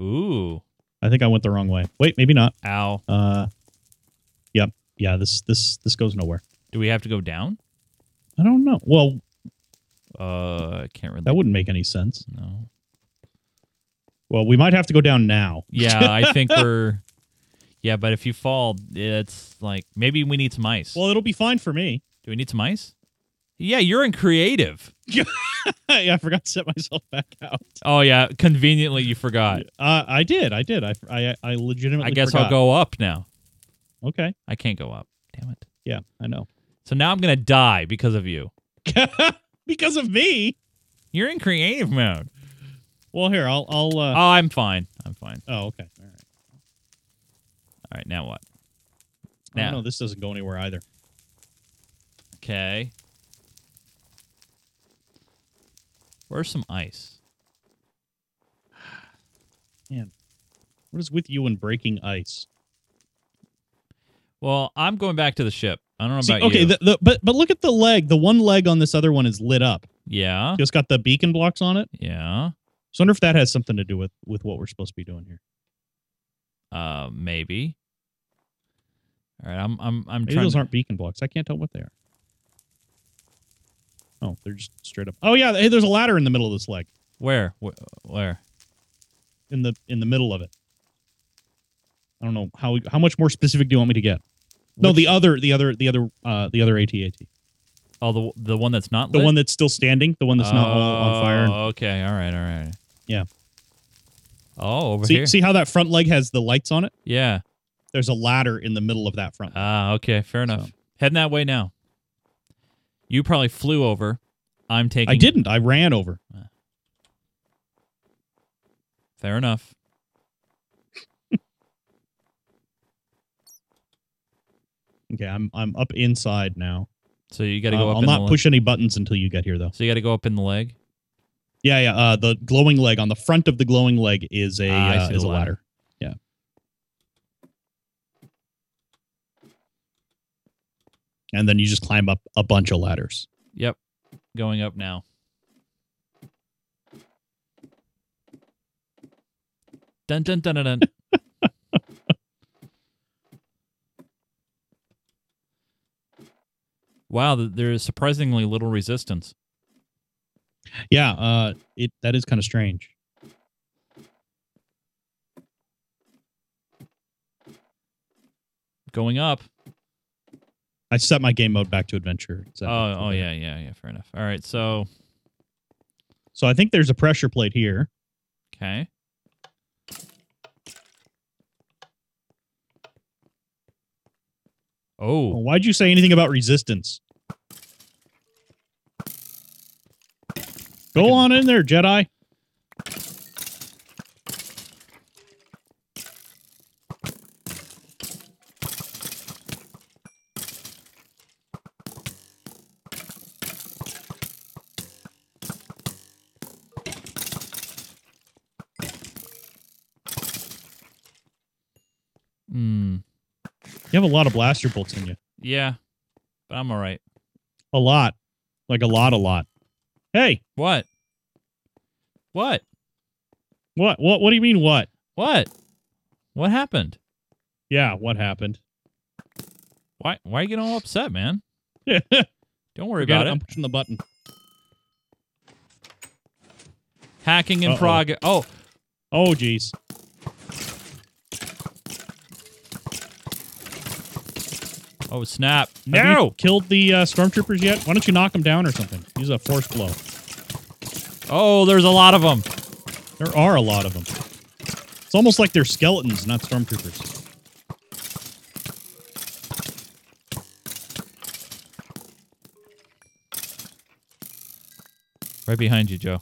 S1: Ooh.
S3: I think I went the wrong way. Wait, maybe not.
S1: Ow.
S3: Uh, yep, yeah. This this this goes nowhere.
S1: Do we have to go down?
S3: I don't know. Well,
S1: Uh, I can't really.
S3: that wouldn't make any sense.
S1: no.
S3: Well, we might have to go down now.
S1: Yeah, I think we're. Yeah, but if you fall, it's like maybe we need some ice.
S3: Well, it'll be fine for me.
S1: Do we need some ice? Yeah, you're in creative.
S3: yeah, I forgot to set myself back out.
S1: Oh yeah, conveniently you forgot.
S3: Uh, I did. I did. I, I, I legitimately.
S1: I guess I'll
S3: forgot.
S1: go up now.
S3: go. Okay.
S1: I can't go up. Damn it.
S3: Yeah, I know.
S1: So now I'm gonna die because of you.
S3: because of me. Uh,
S1: You're in creative mode.
S3: Well, here I'll I'll. Uh,
S1: Oh, I'm fine. I'm fine.
S3: oh, okay. All right.
S1: All right, now what?
S3: Oh,
S1: Now,
S3: no, this doesn't go anywhere either.
S1: okay. Where's some ice?
S3: What is with you and breaking ice?
S1: Well, I'm going back to the ship. I don't know
S3: See,
S1: about
S3: okay,
S1: you.
S3: The, the, but but look at the leg. The one leg on this other one is lit up.
S1: yeah,
S3: Just got the beacon blocks on it.
S1: yeah.
S3: So I wonder if that has something to do with with what we're supposed to be doing here.
S1: Uh, maybe. All right, I'm I'm I'm
S3: Maybe
S1: trying.
S3: those
S1: to-
S3: aren't beacon blocks. I can't tell what they are. Oh, they're just straight up. Oh yeah, hey, there's a ladder in the middle of this leg.
S1: where where where?
S3: In the in the middle of it. I don't know how how much more specific do you want me to get? No,
S1: Which-
S3: the other the other the other uh the other ATAT.
S1: Oh, the the one that's not
S3: The
S1: lit?
S3: one that's still standing, the one that's not all on fire.
S1: Oh, Okay, all right, all right.
S3: Yeah.
S1: Oh, over
S3: see
S1: here.
S3: see how that front leg has the lights on it?
S1: Yeah.
S3: There's a ladder in the middle of that front. leg.
S1: Ah, okay, fair enough.
S3: So-
S1: Heading that way now. You probably flew over. I'm taking.
S3: I didn't. I ran over.
S1: Fair enough.
S3: Okay, I'm I'm up inside now.
S1: So you got to go
S3: Um,
S1: up.
S3: I'll
S1: in the
S3: not
S1: leg.
S3: push any buttons until you get here though.
S1: So you got to go up in the leg.
S3: Yeah, yeah. Uh, the glowing leg on the front of the glowing leg is a
S1: Ah, I
S3: uh,
S1: see
S3: is
S1: the
S3: a
S1: ladder.
S3: ladder. Yeah. And then you just climb up a bunch of ladders.
S1: Yep. Going up now. Dun dun dun dun. dun. wow, th- there is surprisingly little resistance.
S3: Yeah, uh, it that is kind of strange.
S1: Going up.
S3: I set my game mode back to adventure.
S1: Oh,
S3: exactly for
S1: oh
S3: that.
S1: yeah, yeah, yeah. Fair enough. All right. So,
S3: So I think there's a pressure plate here.
S1: okay.
S3: Oh,
S1: Oh,
S3: why'd you say anything about resistance? Go
S1: can-
S3: on in there, Jedi.
S1: hmm.
S3: You have a lot of blaster bolts in you.
S1: yeah, but I'm all right.
S3: A lot. Like a lot, a lot. Hey,
S1: What? What?
S3: what what what do you mean what?
S1: What? What happened?
S3: Yeah, what happened?
S1: Why why are you getting all upset, man? Don't worry
S3: Forget
S1: about it.
S3: I'm pushing the button.
S1: Hacking in
S3: Uh-oh.
S1: progress. Oh,
S3: Oh jeez.
S1: oh snap.
S3: Have you
S1: No.
S3: killed the uh, stormtroopers yet? Why don't you knock them down or something? Use a force blow.
S1: Oh, there's a lot of them.
S3: There are a lot of them. It's almost like they're skeletons, not stormtroopers.
S1: Right behind you, Joe.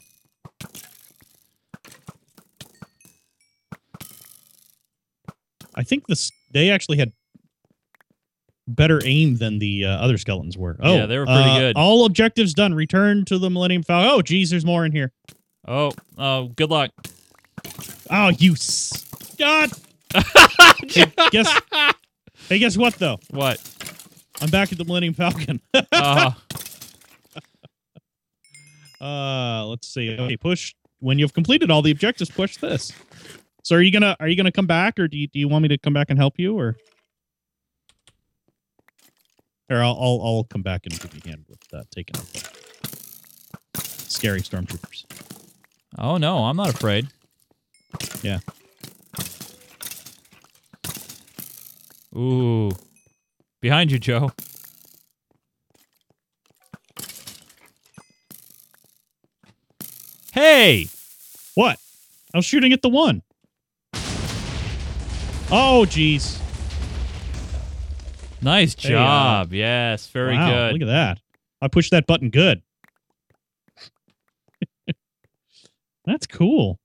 S3: I think this they actually had better aim than the uh, other skeletons were. Oh,
S1: Yeah, they were pretty
S3: uh,
S1: good.
S3: All objectives done. Return to the Millennium Falcon. Oh, geez, there's more in here.
S1: Oh, oh, good luck.
S3: Oh, you s- God. hey, guess. Hey, guess what though?
S1: What?
S3: I'm back at the Millennium Falcon.
S1: Uh,
S3: Uh, let's see. Okay, push when you've completed all the objectives. Push this. So are you gonna are you gonna come back, or do you, do you want me to come back and help you, or? Or I'll I'll, I'll come back and give you a hand with uh, taking out the scary stormtroopers.
S1: oh no, I'm not afraid.
S3: Yeah.
S1: Ooh. Behind you, Joe. Hey!
S3: What? I was shooting at the one. Oh, jeez.
S1: Nice
S3: There you are.
S1: job. Yes, very
S3: uh, Wow,
S1: good.
S3: Look at that. I pushed that button good. That's cool.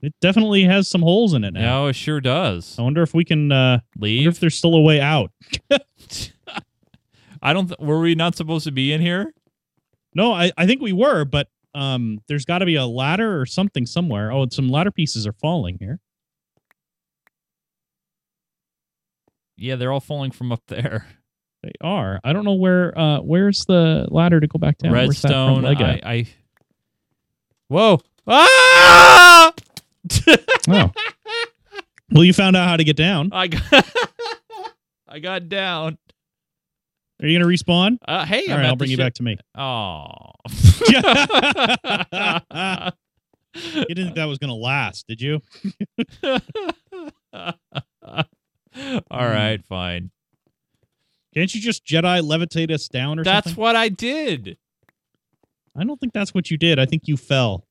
S3: It definitely has some holes in it now.
S1: No, it sure does.
S3: I wonder if we can. Uh, wonder if
S1: Leave.
S3: there's still a way out.
S1: I don't. Th- were we not supposed to be in here?
S3: No, I, I think we were, but um, there's got to be a ladder or something somewhere. Oh, some ladder pieces are falling here.
S1: Yeah, they're all falling from up there.
S3: They are. I don't know where. Uh, where's the ladder to go back down? Where's that
S1: Redstone.
S3: from Lego?
S1: I, I. Whoa! Ah!
S3: Oh. Well, you found out how to get down.
S1: I got. I got down.
S3: Are you gonna respawn?
S1: Uh, hey,
S3: All
S1: I'm at
S3: right, I'll
S1: the
S3: bring you
S1: ship.
S3: back to me.
S1: Oh.
S3: You didn't think that was gonna last, did you?
S1: All right, fine.
S3: Can't you just Jedi levitate us down or
S1: That's
S3: something?
S1: what I did.
S3: I don't think that's what you did. I think you fell.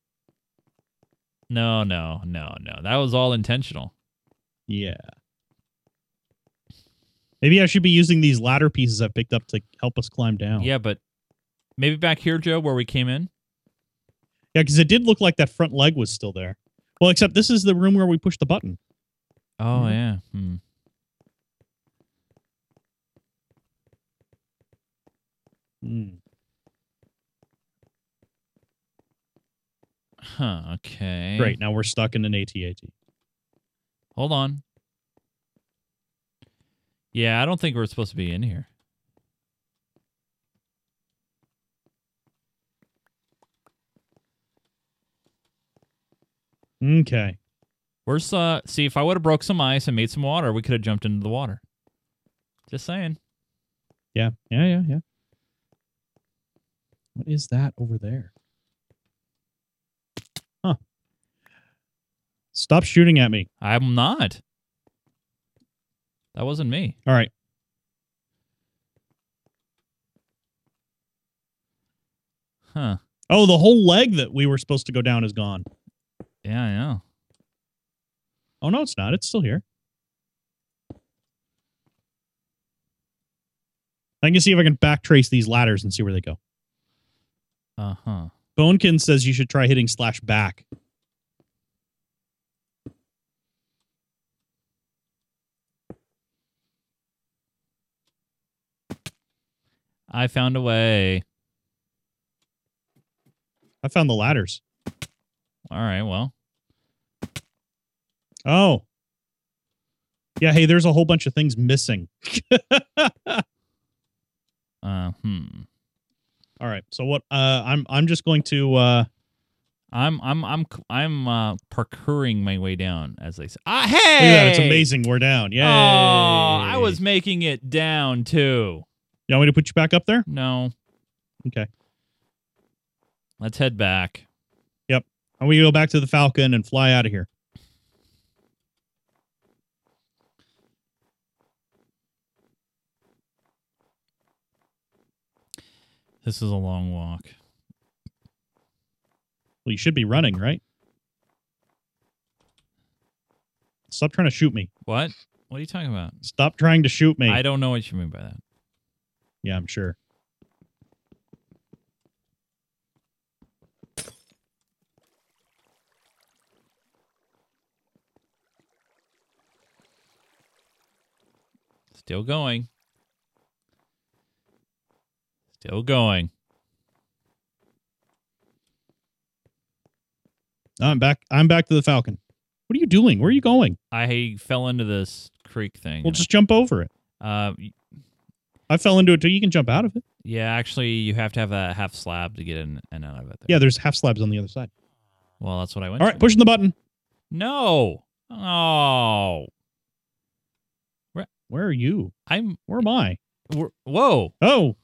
S1: No, no, no, no. That was all intentional.
S3: Yeah. Maybe I should be using these ladder pieces I picked up to help us climb down.
S1: Yeah, but maybe back here, Joe, where we came in.
S3: Yeah, because it did look like that front leg was still there. Well, except this is the room where we push the button.
S1: Oh
S3: Mhm.
S1: yeah. Hmm.
S3: Hmm.
S1: Huh. Okay.
S3: Great. Now we're stuck in an ATAT.
S1: Hold on. Yeah, I don't think we're supposed to be in here.
S3: Okay.
S1: Where's uh? See, if I would have broke some ice and made some water, we could have jumped into the water. Just saying.
S3: Yeah. Yeah. Yeah. Yeah. What is that over there? Huh. Stop shooting at me.
S1: I'm not. That wasn't me.
S3: All right.
S1: Huh.
S3: Oh, the whole leg that we were supposed to go down is gone.
S1: Yeah, I know.
S3: Oh no, it's not. It's still here. I can see if I can backtrace these ladders and see where they go.
S1: Uh huh.
S3: Bonekin says you should try hitting slash back.
S1: I found a way.
S3: I found the ladders.
S1: All right. Well.
S3: Oh. Yeah, hey, there's a whole bunch of things missing.
S1: Uh. Hmm.
S3: All right. So what uh I'm I'm just going to uh
S1: I'm I'm I'm c- I'm uh, parkouring my way down, as they say. Ah, hey!
S3: look at that, it's amazing. We're down.
S1: Oh,
S3: Yeah.
S1: I was making it down too.
S3: You want me to put you back up there?
S1: No,
S3: Okay.
S1: let's head back.
S3: And we go back to the Falcon and fly out of here.
S1: This is a long walk.
S3: Well, you should be running, right? Stop trying to shoot me.
S1: What? What are you talking about?
S3: Stop trying to shoot me.
S1: I don't know what you mean by that.
S3: yeah, I'm sure.
S1: Still going. Still going.
S3: I'm back. I'm back to the Falcon. What are you doing? Where are you going?
S1: I fell into this creek thing.
S3: Well, just jump over it.
S1: uh, y-
S3: I fell into it too. You can jump out of it.
S1: yeah. Actually, you have to have a half slab to get in and out of it. There.
S3: Yeah, there's half slabs on the other side.
S1: Well, that's what I went.
S3: All
S1: to.
S3: right, pushing the button.
S1: No. Oh.
S3: Where are you?
S1: I'm.
S3: Where am I?
S1: we're- Whoa.
S3: Oh.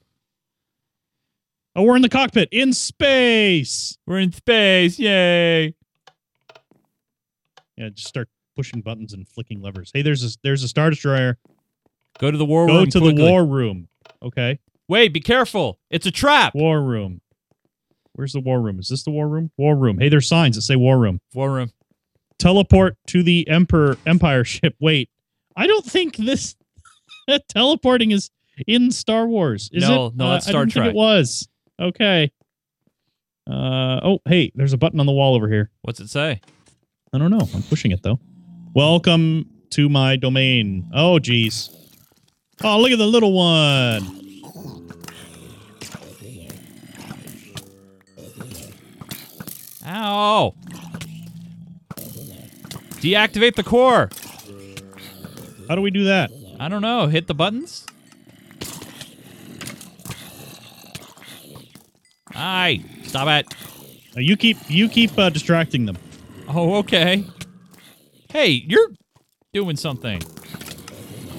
S3: Oh, we're in the cockpit in space.
S1: We're in space. Yay.
S3: Yeah, just start pushing buttons and flicking levers. Hey, there's a there's a star destroyer.
S1: Go to the war
S3: Go
S1: room.
S3: to
S1: quickly.
S3: the war room. Okay.
S1: Wait, be careful. It's a trap.
S3: War room. Where's the war room? Is this the war room? War room. Hey, there's signs that say war room.
S1: War room.
S3: Teleport to the emperor empire ship. Wait, I don't think this teleporting is in Star Wars. Is
S1: No,
S3: it? Uh,
S1: no, that's
S3: I
S1: Star
S3: didn't think
S1: Trek.
S3: it was okay. Uh oh, hey, there's a button on the wall over here.
S1: What's it say?
S3: I don't know. I'm pushing it though. Welcome to my domain. Oh, geez. Oh, look at the little one.
S1: Ow! Deactivate the core.
S3: How do we do that?
S1: I don't know. Hit the buttons. Aye. Stop it.
S3: Uh, you keep you keep uh, distracting them.
S1: Oh, okay. Hey, you're doing something.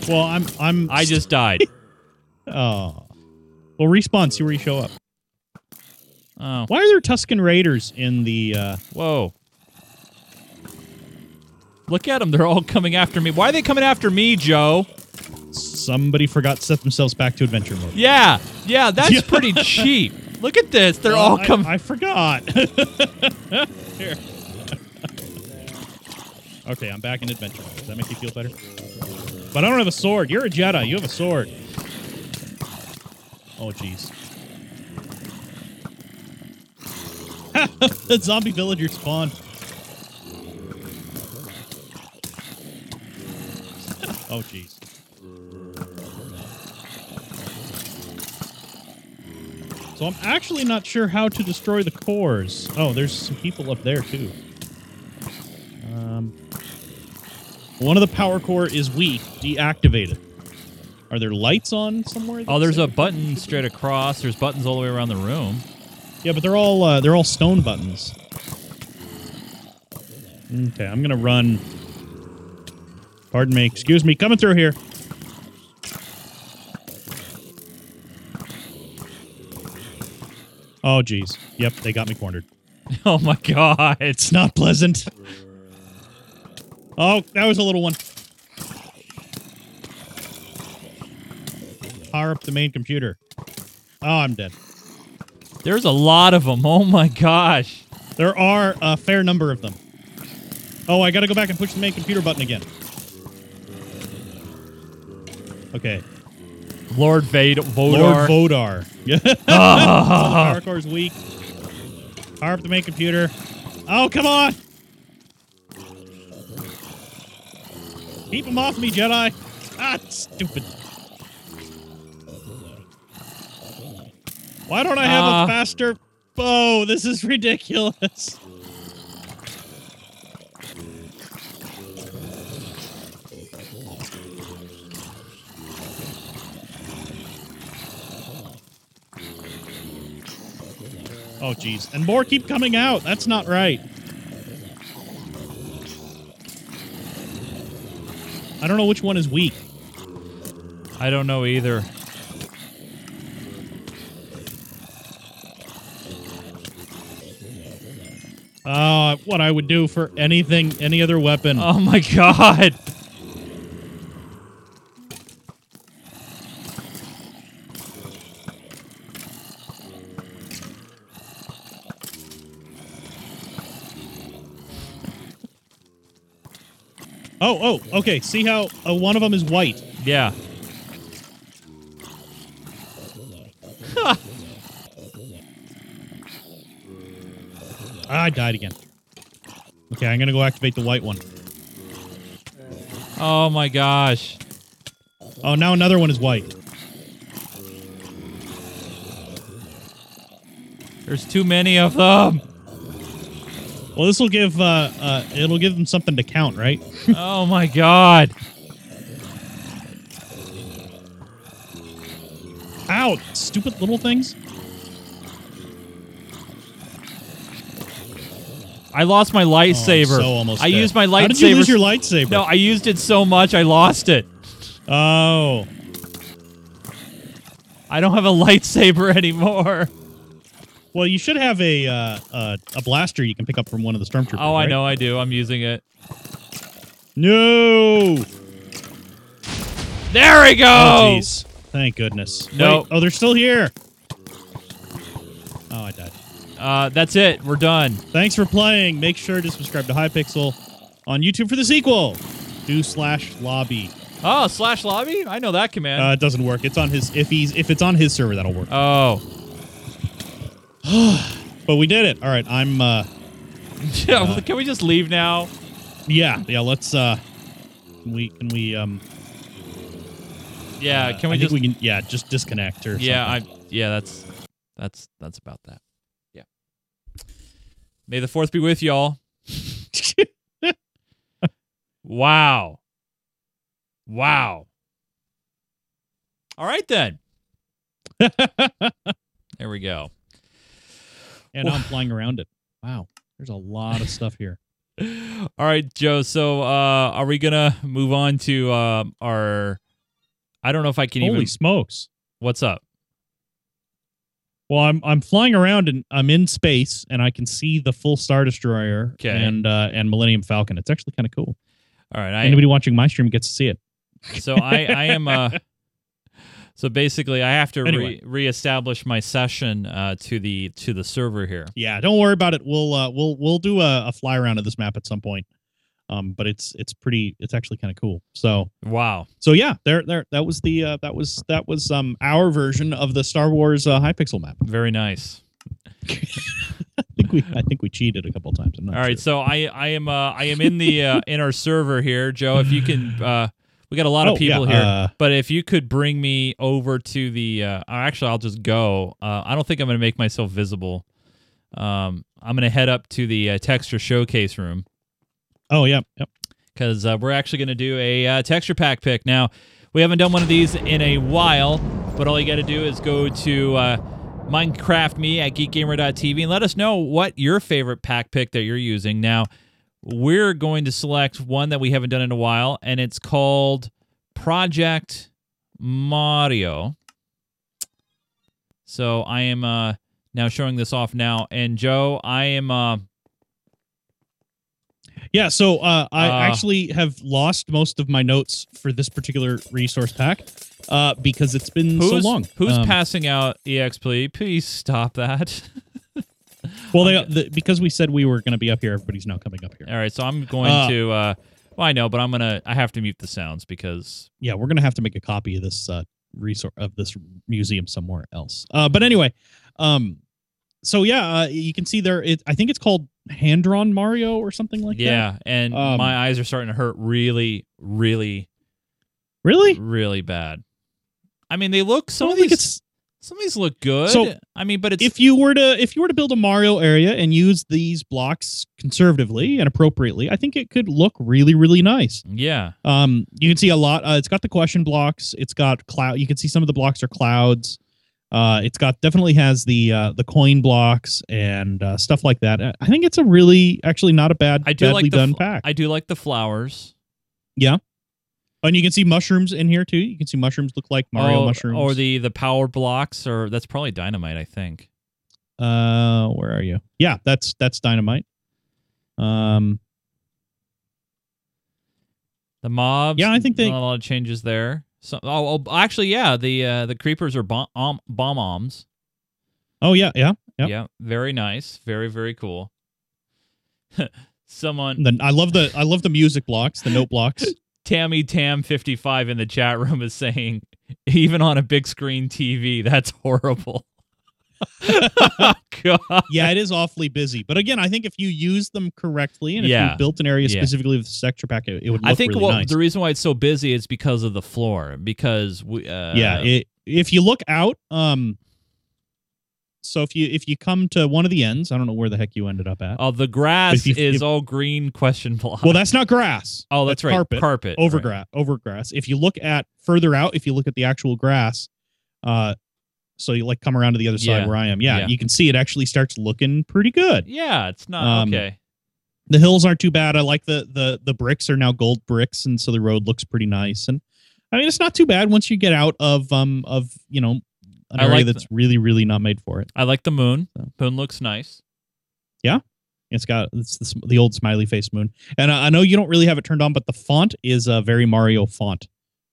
S3: Well, I'm I'm
S1: I just died.
S3: Oh. Well, respawn. See where you show up.
S1: Oh,
S3: Why are there Tuscan Raiders in the? uh
S1: whoa. Look at them. They're all coming after me. Why are they coming after me, Joe?
S3: Somebody forgot to set themselves back to adventure mode.
S1: Yeah. Yeah, that's pretty cheap. Look at this. They're all
S3: I-
S1: coming.
S3: I, forgot. Here. okay, I'm back in adventure. mode. Does that make you feel better? But I don't have a sword. You're a Jedi. You have a sword. Oh, jeez. the zombie villager spawn. oh, jeez. So I'm actually not sure how to destroy the cores. Oh, there's some people up there too. Um, one of the power core is weak. Deactivate it. Are there lights on somewhere?
S1: oh,
S3: that
S1: there's
S3: say-
S1: a button straight across. There's buttons all the way around the room.
S3: Yeah, but they're all uh, they're all stone buttons. Okay, I'm gonna run. Pardon me. Excuse me. Coming through here. Oh geez. Yep, they got me cornered.
S1: Oh my god.
S3: It's not pleasant. Oh, that was a little one. Power up the main computer. Oh, I'm dead.
S1: There's a lot of them. Oh my gosh.
S3: There are a fair number of them. Oh, I gotta go back and push the main computer button again. Okay.
S1: Lord Vader.
S3: Lord
S1: Vodar.
S3: Vodar. Yeah.
S1: Ah.
S3: Power core is weak. Power up the main computer. Oh, come on! Keep him off me, Jedi! Ah, stupid. Why don't I have
S1: Ah.
S3: a faster bow? This is ridiculous. Oh, jeez. And more keep coming out. That's not right. I don't know which one is weak.
S1: I don't know either.
S3: Uh, what I would do for anything, any other weapon.
S1: Oh my god.
S3: Oh, oh, okay. See how uh, one of them is white.
S1: Yeah.
S3: Ah, I died again. Okay, I'm gonna go activate the white one.
S1: Oh my gosh.
S3: Oh, now another one is white.
S1: There's too many of them.
S3: Well, this will give uh, uh, it'll give them something to count, right?
S1: oh my god.
S3: Ow! Stupid little things.
S1: I lost my
S3: Oh,
S1: lightsaber.
S3: I'm so almost.
S1: I
S3: dead.
S1: used my lightsaber.
S3: How did you lose your lightsaber?
S1: no, I used it so much I lost it.
S3: Oh.
S1: I don't have a lightsaber anymore.
S3: Well, you should have a uh, uh, a blaster you can pick up from one of the stormtroopers.
S1: Oh, I
S3: right?
S1: know I do. I'm using it.
S3: No.
S1: There we go.
S3: Oh, jeez. Thank goodness.
S1: No.
S3: Wait, oh, they're still here. Oh, I died.
S1: uh, that's it. We're done.
S3: Thanks for playing. Make sure to subscribe to Hypixel on YouTube for the sequel. Do slash lobby.
S1: Oh, slash lobby. I know that command.
S3: Uh, it doesn't work. It's on his if he's if it's on his server that'll work.
S1: Oh,
S3: But we did it. All right, I'm uh,
S1: Yeah, well, can we just leave now?
S3: Yeah, yeah. Let's. uh Can we? Can we? Um.
S1: Yeah,
S3: uh,
S1: can we
S3: I
S1: just?
S3: Think we can. Yeah, just disconnect or.
S1: yeah,
S3: something.
S1: I. Yeah, that's that's that's about that. Yeah. May the fourth be with y'all. Wow. Wow. All right then. There we go.
S3: and I'm flying around it. Wow, there's a lot of stuff here.
S1: All right, Joe. So, uh, are we gonna move on to um, our? I don't know if I can
S3: Holy
S1: even.
S3: smokes!
S1: What's up?
S3: Well, I'm I'm flying around and I'm in space and I can see the full Star Destroyer
S1: Okay.
S3: and uh, and Millennium Falcon. It's actually kind of cool.
S1: All right. I,
S3: Anybody watching my stream gets to see it.
S1: so I, I am. Uh, so basically, I have to
S3: Anyway.
S1: re- reestablish my session uh, to the to the server here.
S3: Yeah, don't worry about it. We'll uh, we'll we'll do a, a fly around of this map at some point. Um, but it's it's pretty. It's actually kind of cool. So
S1: Wow.
S3: so yeah, there there that was the uh, that was that was um our version of the Star Wars uh, Hypixel map.
S1: Very nice.
S3: I think we I think we cheated a couple times. I'm not
S1: All right. So
S3: sure.
S1: I I am uh, I am in the uh, in our server here, Joe. If you can, uh, we got a lot
S3: Oh,
S1: of people
S3: yeah,
S1: here.
S3: uh,
S1: But if you could bring me over to the, uh, or actually, I'll just go. Uh, I don't think I'm going to make myself visible. Um, I'm going to head up to the uh, texture showcase room
S3: oh yeah, yep.
S1: because uh, we're actually going to do a uh, texture pack pick. Now, we haven't done one of these in a while, but all you got to do is go to uh, Minecraft me at geekgamer.tv and let us know what your favorite pack pick that you're using. Now, we're going to select one that we haven't done in a while, and it's called Project Mario. So I am uh, now showing this off now, and Joe, I am. Uh,
S3: Yeah, so uh, I
S1: Uh,
S3: actually have lost most of my notes for this particular resource pack uh, because it's been so
S1: Who's,
S3: long.
S1: who's
S3: Um,
S1: passing out EXP? Please stop that.
S3: Well, they, the, because we said we were going to be up here, everybody's now coming up here.
S1: All right, so I'm going
S3: Uh,
S1: to. Uh, well, I know, but I'm gonna. I have to mute the sounds because
S3: Yeah, we're going to have to make a copy of this uh, resource of this museum somewhere else. Uh, but anyway, um, so yeah, uh, you can see there. It, I think it's called hand drawn Mario or something like that.
S1: yeah, and
S3: Um,
S1: my eyes are starting to hurt really, really,
S3: really.
S1: really bad. I mean, they look
S3: I
S1: some
S3: don't
S1: of
S3: think
S1: these.
S3: it's
S1: Some of these look good.
S3: So,
S1: I mean, but it's
S3: if you were to if you were to build a Mario area and use these blocks conservatively and appropriately, I think it could look really really nice.
S1: yeah,
S3: Um, you can see a lot. Uh, it's got the question blocks. It's got cloud. You can see some of the blocks are clouds. Uh, it's got definitely has the uh, the coin blocks and uh, stuff like that. I- I think it's a really actually not a bad
S1: I do
S3: badly
S1: like the
S3: done
S1: fl-
S3: pack.
S1: I do like the flowers.
S3: and you can see mushrooms in here too. You can see mushrooms look like Mario
S1: or,
S3: mushrooms.
S1: Oh, or the the power blocks, or that's probably dynamite. I think.
S3: uh, where are you? Yeah, that's that's dynamite. Um,
S1: The mobs.
S3: Yeah, I think they-
S1: not a lot of changes there. So, oh, oh, actually, yeah, the uh, the creepers are bomb um, bomb ombs.
S3: oh yeah, yeah. Yep.
S1: Yeah, very nice, very very cool. Someone
S3: And then I love the I love the music blocks, the note blocks.
S1: Tammy Tam fifty five in the chat room is saying, even on a big screen TV, that's horrible. oh, God.
S3: yeah, it is awfully busy. But again, I think if you use them correctly and if
S1: Yeah.
S3: you built an area
S1: Yeah.
S3: specifically with the sector pack, it, it would look
S1: I think
S3: really
S1: what,
S3: nice.
S1: the reason why it's so busy is because of the floor. Because we, uh,
S3: yeah, it, if you look out, um, so if you if you come to one of the ends, I don't know where the heck you ended up at.
S1: oh, the grass
S3: If you-
S1: is
S3: if-
S1: all green question block.
S3: well, that's not grass.
S1: oh, that's, right,
S3: Carpet,
S1: carpet
S3: over
S1: right.
S3: grass, over grass. If you look at further out, if you look at the actual grass, uh, so you like come around to the other side
S1: Yeah,
S3: where I am. Yeah,
S1: yeah.
S3: you can see it actually starts looking pretty good.
S1: Yeah, it's not
S3: Um,
S1: okay.
S3: the hills aren't too bad. I like the the the bricks are now gold bricks, and so the road looks pretty nice. And I mean, it's not too bad once you get out of um of you know an
S1: I
S3: area
S1: like
S3: that's really really not made for it.
S1: I like the moon.
S3: So.
S1: Moon looks nice.
S3: It's got it's the, sm- the old smiley face moon, and uh, I, I know you don't really have it turned on, but the font is a very Mario font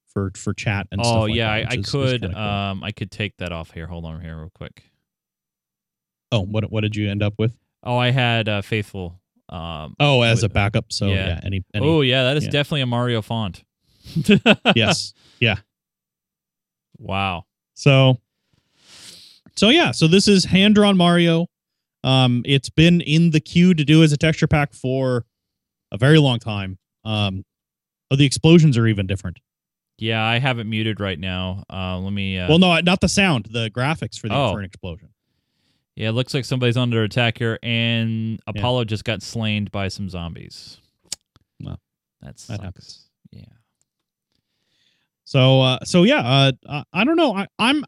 S3: for for chat and stuff.
S1: oh
S3: like
S1: yeah,
S3: that,
S1: I, I
S3: which is- is
S1: could
S3: kinda cool.
S1: um I could take that off here. Hold on here real quick.
S3: oh, what what did you end up with?
S1: Oh, I had uh, faithful. Um,
S3: Oh, as a
S1: with-
S3: backup. So yeah,
S1: yeah.
S3: any, any
S1: oh yeah, that is
S3: yeah.
S1: definitely a Mario font.
S3: yes.
S1: Wow.
S3: So, so yeah. So this is hand drawn Mario. Um, it's been in the queue to do as a texture pack for a very long time. Um, oh, the explosions are even different.
S1: Yeah, I have it muted right now. Uh, let me. Uh,
S3: Well, no, not the sound, the graphics for the
S1: Oh.
S3: for an explosion.
S1: yeah, it looks like somebody's under attack here, and
S3: Yeah.
S1: Apollo just got slain by some zombies.
S3: Well,
S1: that's
S3: that happens.
S1: Yeah.
S3: So, uh, so yeah, uh, I, I don't know. I, I'm,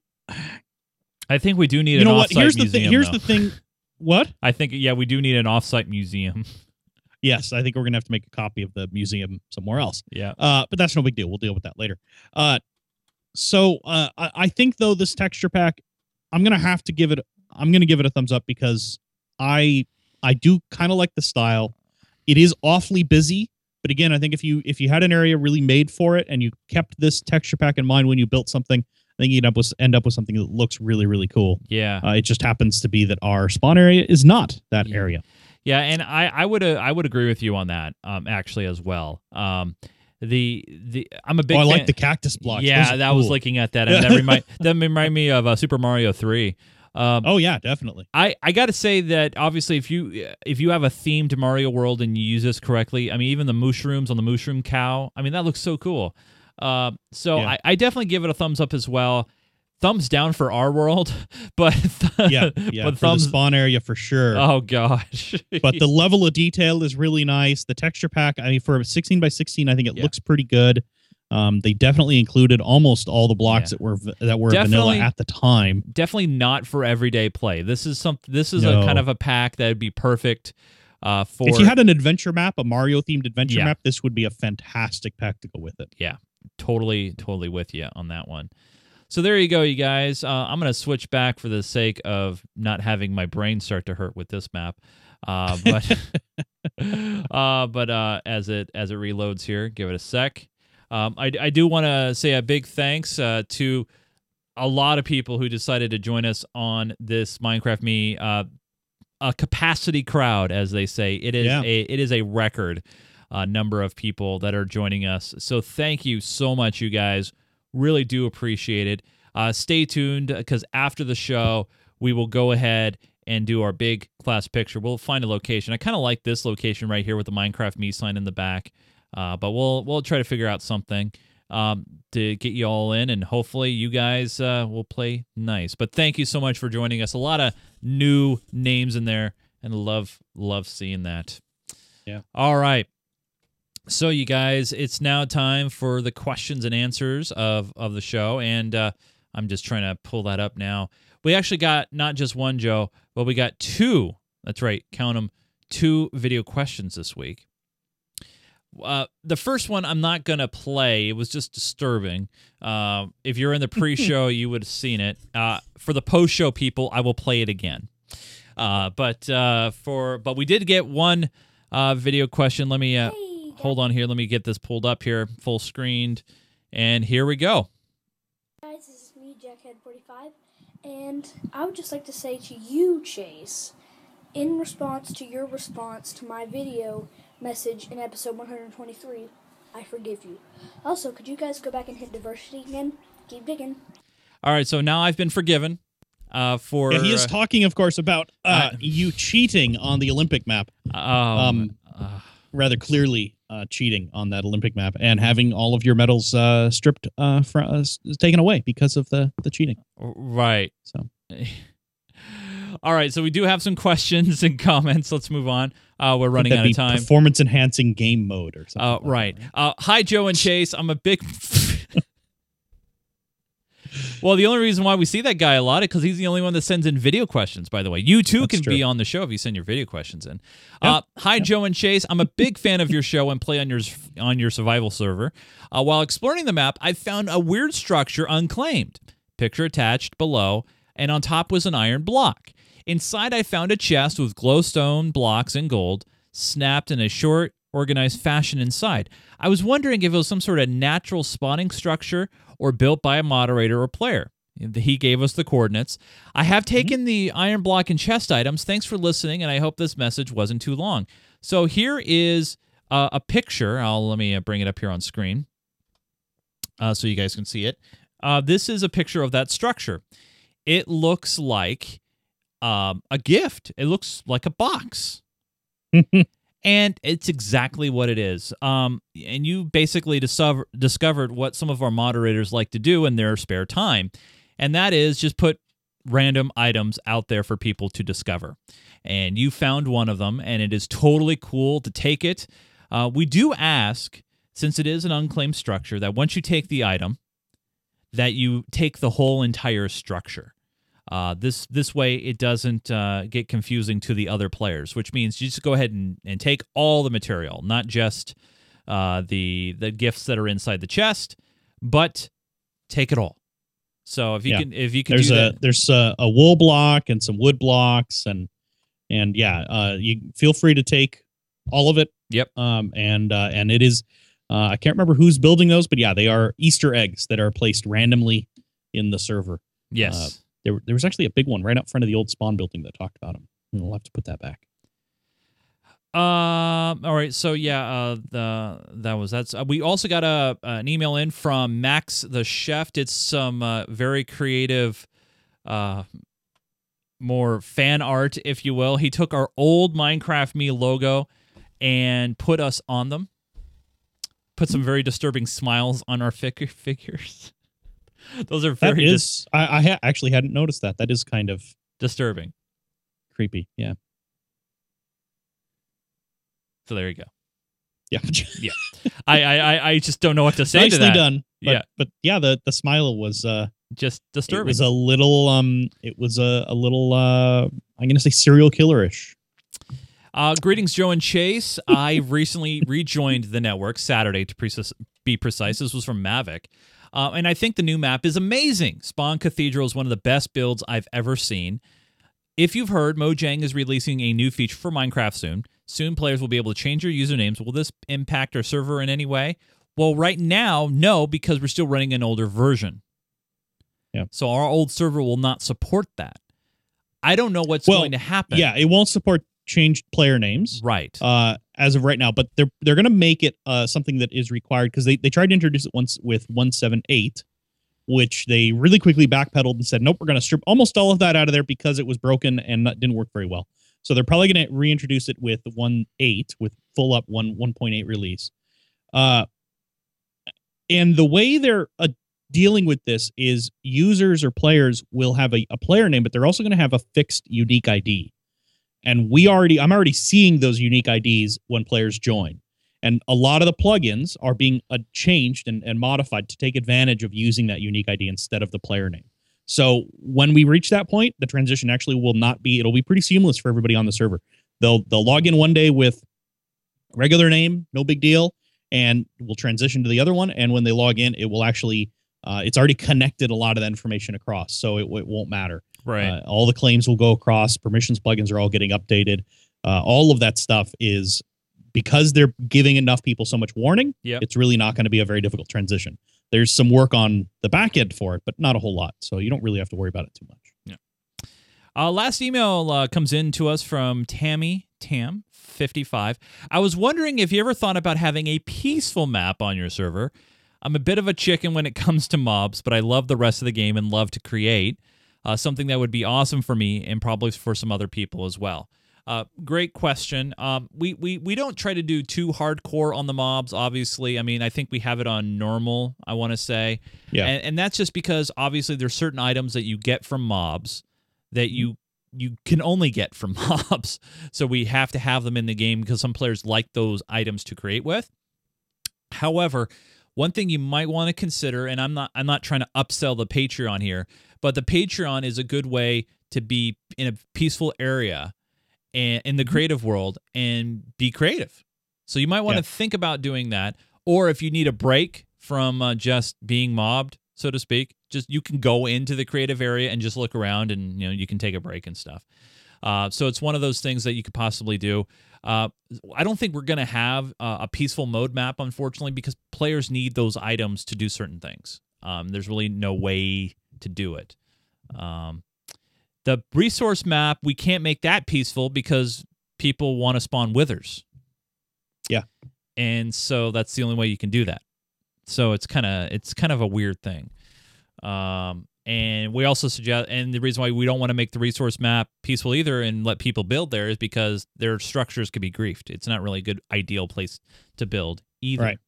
S1: I think we do need
S3: you
S1: an
S3: know what?
S1: off-site
S3: Here's the
S1: museum.
S3: thing. Here's
S1: though.
S3: the thing. What?
S1: I think yeah, we do need an off-site museum.
S3: Yes, I think we're gonna have to make a copy of the museum somewhere else.
S1: yeah.
S3: Uh, but that's no big deal. We'll deal with that later. Uh, so uh, I, I think though this texture pack, I'm gonna have to give it. I'm gonna give it a thumbs up because I I do kind of like the style. It is awfully busy, but again, I think if you if you had an area really made for it and you kept this texture pack in mind when you built something, I think you'd up with end up with something that looks really really cool.
S1: Yeah.
S3: Uh, it just happens to be that our spawn area is not that
S1: Yeah.
S3: area.
S1: Yeah, and I I would uh, I would agree with you on that um actually as well. Um the the I'm a big
S3: oh, I
S1: fan-
S3: like the cactus blocks. Those
S1: Yeah,
S3: are
S1: that was
S3: cool.
S1: looking at that and that remind that remind me of uh, Super Mario 3. Um
S3: Oh yeah, definitely.
S1: I, I got to say that obviously if you if you have a themed Mario world and you use this correctly, I mean even the mushrooms on the mushroom cow, I mean that looks so cool. Uh, so
S3: Yeah.
S1: I, I definitely give it a thumbs up as well. Thumbs down for our world, but
S3: Yeah, yeah.
S1: but
S3: for the
S1: thumbs
S3: spawn area for sure.
S1: oh gosh,
S3: but the level of detail is really nice. The texture pack, I mean, for a 16 by 16, I think it
S1: Yeah.
S3: looks pretty good. Um, they definitely included almost all the blocks
S1: Yeah.
S3: that were v- that were vanilla
S1: Definitely-
S3: at the time.
S1: definitely not for everyday play. This is some this is
S3: No.
S1: a kind of a pack that would be perfect uh, for
S3: If you had an adventure map, a Mario themed adventure
S1: Yeah.
S3: map, this would be a fantastic pack to go with it.
S1: totally totally with you on that one. So there you go, you guys. Uh, I'm gonna switch back for the sake of not having my brain start to hurt with this map. Uh, but uh, but uh, as it as it reloads here, give it a sec. Um, I, I do want to say a big thanks uh, to a lot of people who decided to join us on this Minecraft Me uh, a capacity crowd, as they say. It is
S3: Yeah.
S1: a it is a record uh, number of people that are joining us. So thank you so much, you guys. Really do appreciate it. Uh, stay tuned because after the show, we will go ahead and do our big class picture. We'll find a location. I kind of like this location right here with the Minecraft me sign in the back, uh, but we'll we'll try to figure out something um, to get you all in, and hopefully you guys uh, will play nice. But thank you so much for joining us. A lot of new names in there, and love love seeing that.
S3: Yeah.
S1: All right. So you guys, it's now time for the questions and answers of of the show, and uh, I'm just trying to pull that up now. We actually got not just one, Joe, but we got two. That's right, count them, two video questions this week. Uh, the first one I'm not gonna play. It was just disturbing. Uh, if you're in the pre-show, you would have seen it. Uh, for the post-show people, I will play it again. Uh, but uh, for but we did get one uh, video question. Let me uh, hold on here. Let me get this pulled up here, full screened, and here we go.
S4: guys, this is me, Jackhead45, and I would just like to say to you, Chase, in response to your response to my video message in episode 123, I forgive you. Also, could you guys go back and hit diversity again? Keep digging.
S1: All right, so now I've been forgiven uh, for
S3: Yeah, he is
S1: uh,
S3: talking, of course, about uh,
S1: I-
S3: you cheating on the Olympic map,
S1: Um, uh,
S3: rather clearly uh, cheating on that Olympic map, and having all of your medals uh, stripped uh, fr- uh, s- taken away because of the the cheating.
S1: right.
S3: So
S1: All right, so we do have some questions and comments. Let's move on. Uh, we're running
S3: That'd
S1: out of
S3: be
S1: time.
S3: Performance enhancing game mode or something.
S1: Uh,
S3: like that,
S1: right. Uh, hi, Joe and Chase. I'm a big. well, the only reason why we see that guy a lot is because he's the only one that sends in video questions. By the way, you too
S3: That's
S1: can be
S3: true.
S1: on the show if you send your video questions in.
S3: Yeah.
S1: Uh, hi, Joe and Chase. I'm a big fan of your show and play on your on your survival server. Uh, while exploring the map, I found a weird structure unclaimed. Picture attached below, and on top was an iron block. Inside, I found a chest with glowstone blocks and gold, snapped in a short, organized fashion inside. I was wondering if it was some sort of natural spawning structure or built by a moderator or player. He gave us the coordinates. I have taken the iron block and chest items. Thanks for listening, and I hope this message wasn't too long. So here is uh, a picture. I'll let me uh, bring it up here on screen uh, so you guys can see it. Uh, this is a picture of that structure. It looks like um, a gift. It looks like a box. and it's exactly what it is. Um, and you basically discover, discovered what some of our moderators like to do in their spare time, and that is just put random items out there for people to discover. And you found one of them, and it is totally cool to take it. Uh, we do ask, since it is an unclaimed structure, that once you take the item, that you take the whole entire structure. Uh, this this way it doesn't uh, get confusing to the other players, which means you just go ahead and, and take all the material, not just uh, the the gifts that are inside the chest, but take it all. So if you
S3: Yeah.
S1: can if you can
S3: There's
S1: do
S3: a
S1: that,
S3: there's a, a wool block and some wood blocks and and yeah, uh, you feel free to take all of it.
S1: Yep.
S3: Um, and uh, and it is uh, I can't remember who's building those, but yeah, they are Easter eggs that are placed randomly in the server.
S1: yes.
S3: There, were- there was actually a big one right out front of the old spawn building that talked about them. We'll have to put that back.
S1: Um. All right. So yeah. Uh. The that was that's. Uh, we also got a an email in from Max the chef. Did some uh, very creative, uh, more fan art, if you will. He took our old Minecraft Me logo and put us on them. Put some very disturbing smiles on our fig- figures. Those are
S3: That
S1: very
S3: is-
S1: dis-
S3: I, I ha- actually hadn't noticed that. That is kind of
S1: disturbing.
S3: creepy. Yeah.
S1: So there you go.
S3: Yeah.
S1: I I I- I just don't know what to say to
S3: Nicely
S1: that.
S3: done. But,
S1: Yeah.
S3: But yeah, the the smile was uh
S1: Just
S3: it
S1: disturbing.
S3: was a little um it was a, a little uh I'm gonna say serial killerish.
S1: Uh, greetings, Joe and Chase. I recently rejoined the network Saturday to precis- be precise. This was from Mavic. Uh, and I think the new map is amazing. Spawn Cathedral is one of the best builds I've ever seen. If you've heard, Mojang is releasing a new feature for Minecraft soon. Soon, players will be able to change their usernames. Will this impact our server in any way? Well, right now, no, because we're still running an older version.
S3: Yeah.
S1: So our old server will not support that. I don't know what's
S3: Well,
S1: going to happen.
S3: Yeah, it won't support changed player names.
S1: Right.
S3: Uh, as of right now, but they're they're gonna make it uh, something that is required because they, they tried to introduce it once with one seven eight, which they really quickly backpedaled and said nope we're gonna strip almost all of that out of there because it was broken and not, didn't work very well. So they're probably gonna reintroduce it with one eight with full up one one point eight release. Uh, and the way they're uh, dealing with this is users or players will have a, a player name, but they're also going to have a fixed unique ID. And we already, I'm already seeing those unique IDs when players join. And a lot of the plugins are being uh, changed and, and modified to take advantage of using that unique ID instead of the player name. So when we reach that point, the transition actually will not be, it'll be pretty seamless for everybody on the server. They'll, they'll log in one day with regular name, no big deal, and we'll transition to the other one. And when they log in, it will actually, uh, it's already connected a lot of that information across. So it, it won't matter.
S1: right.
S3: Uh, all the claims will go across. Permissions plugins are all getting updated. Uh, all of that stuff is because they're giving enough people so much warning.
S1: Yep.
S3: It's really not going to be a very difficult transition. There's some work on the back end for it, but not a whole lot. So you don't really have to worry about it too much.
S1: Uh, last email uh, comes in to us from Tammy Tam. 55. I was wondering if you ever thought about having a peaceful map on your server. I'm a bit of a chicken when it comes to mobs, but I love the rest of the game and love to create uh, something that would be awesome for me and probably for some other people as well. Uh, great question. Um, we, we we don't try to do too hardcore on the mobs. Obviously, I mean, I think we have it on normal. I want to say,
S3: Yeah.
S1: and, and that's just because obviously there's certain items that you get from mobs that you you can only get from mobs. So we have to have them in the game because some players like those items to create with. However, one thing you might want to consider, and I'm not I'm not trying to upsell the Patreon here, but the Patreon is a good way to be in a peaceful area and in the creative world and be creative. So you might want
S3: Yeah.
S1: to think about doing that, or if you need a break from uh, just being mobbed, so to speak, just you can go into the creative area and just look around, and you know you can take a break and stuff. Uh, so it's one of those things that you could possibly do. Uh, I don't think we're going to have uh, a peaceful mode map, unfortunately, because players need those items to do certain things. Um, there's really no way to do it. Um, the resource map, we can't make that peaceful because people want to spawn withers.
S3: Yeah.
S1: And so that's the only way you can do that. So it's kind of it's kind of a weird thing. Um, And we also suggest, and the reason why we don't want to make the resource map peaceful either and let people build there is because their structures could be griefed. It's not really a good ideal place to build either.
S3: Right.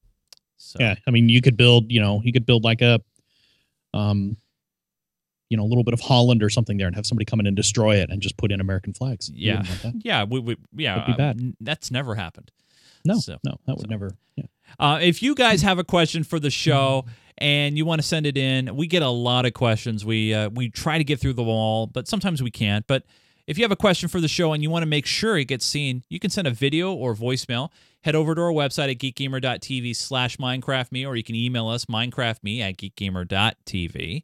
S1: So,
S3: Yeah, I mean, you could build, you know, you could build like a, um, you know, a little bit of Holland or something there, and have somebody come in and destroy it, and just put in American flags. You
S1: Yeah.
S3: wouldn't want that.
S1: Yeah, we, we yeah,
S3: That'd be
S1: uh,
S3: bad.
S1: n- that's never happened.
S3: No,
S1: So-
S3: no, that would
S1: so.
S3: never. Yeah.
S1: Uh, if you guys have a question for the show and you want to send it in, we get a lot of questions. We uh, we try to get through them all, but sometimes we can't. But if you have a question for the show and you want to make sure it gets seen, you can send a video or voicemail. Head over to our website at geekgamer.tv slash minecraftme, or you can email us, minecraftme at geekgamer.tv.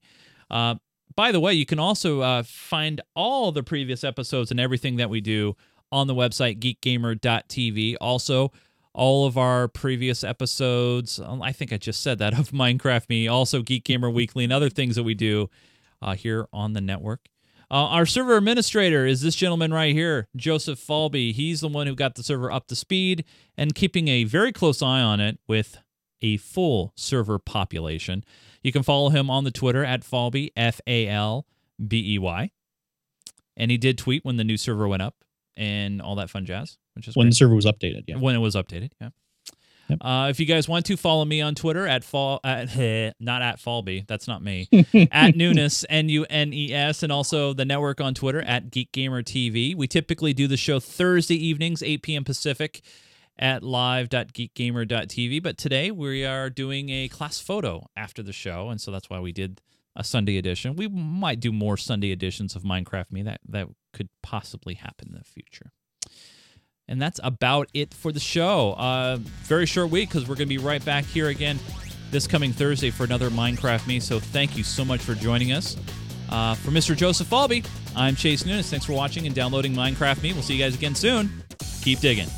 S1: Uh, by the way, you can also uh, find all the previous episodes and everything that we do on the website, geekgamer.tv. Also, all of our previous episodes. um, I think I just said that of Minecraft Me, also Geek Gamer Weekly, and other things that we do uh, here on the network. Uh, our server administrator is this gentleman right here, Joseph Falby. He's the one who got the server up to speed and keeping a very close eye on it with a full server population. You can follow him on the Twitter at Falby, F A L B E Y. And he did tweet when the new server went up and all that fun jazz, which is
S3: When
S1: great
S3: the server was updated, yeah.
S1: when it was updated. Yeah.
S3: Yep.
S1: Uh, if you guys want to follow me on Twitter at fall, at, not at Fallby, that's not me, at Nunes N U N E S, and also the network on Twitter at Geek Gamer TV. We typically do the show Thursday evenings, 8 p.m. Pacific, at live.geekgamer.tv. But today we are doing a class photo after the show, and so that's why we did a Sunday edition. We might do more Sunday editions of Minecraft Me. That that could possibly happen in the future. And that's about it for the show. Uh, very short week because we're going to be right back here again this coming Thursday for another Minecraft Me. So thank you so much for joining us. Uh, for Mr. Joseph Falby, I'm Chase Nunes. Thanks for watching and downloading Minecraft Me. We'll see you guys again soon. Keep digging.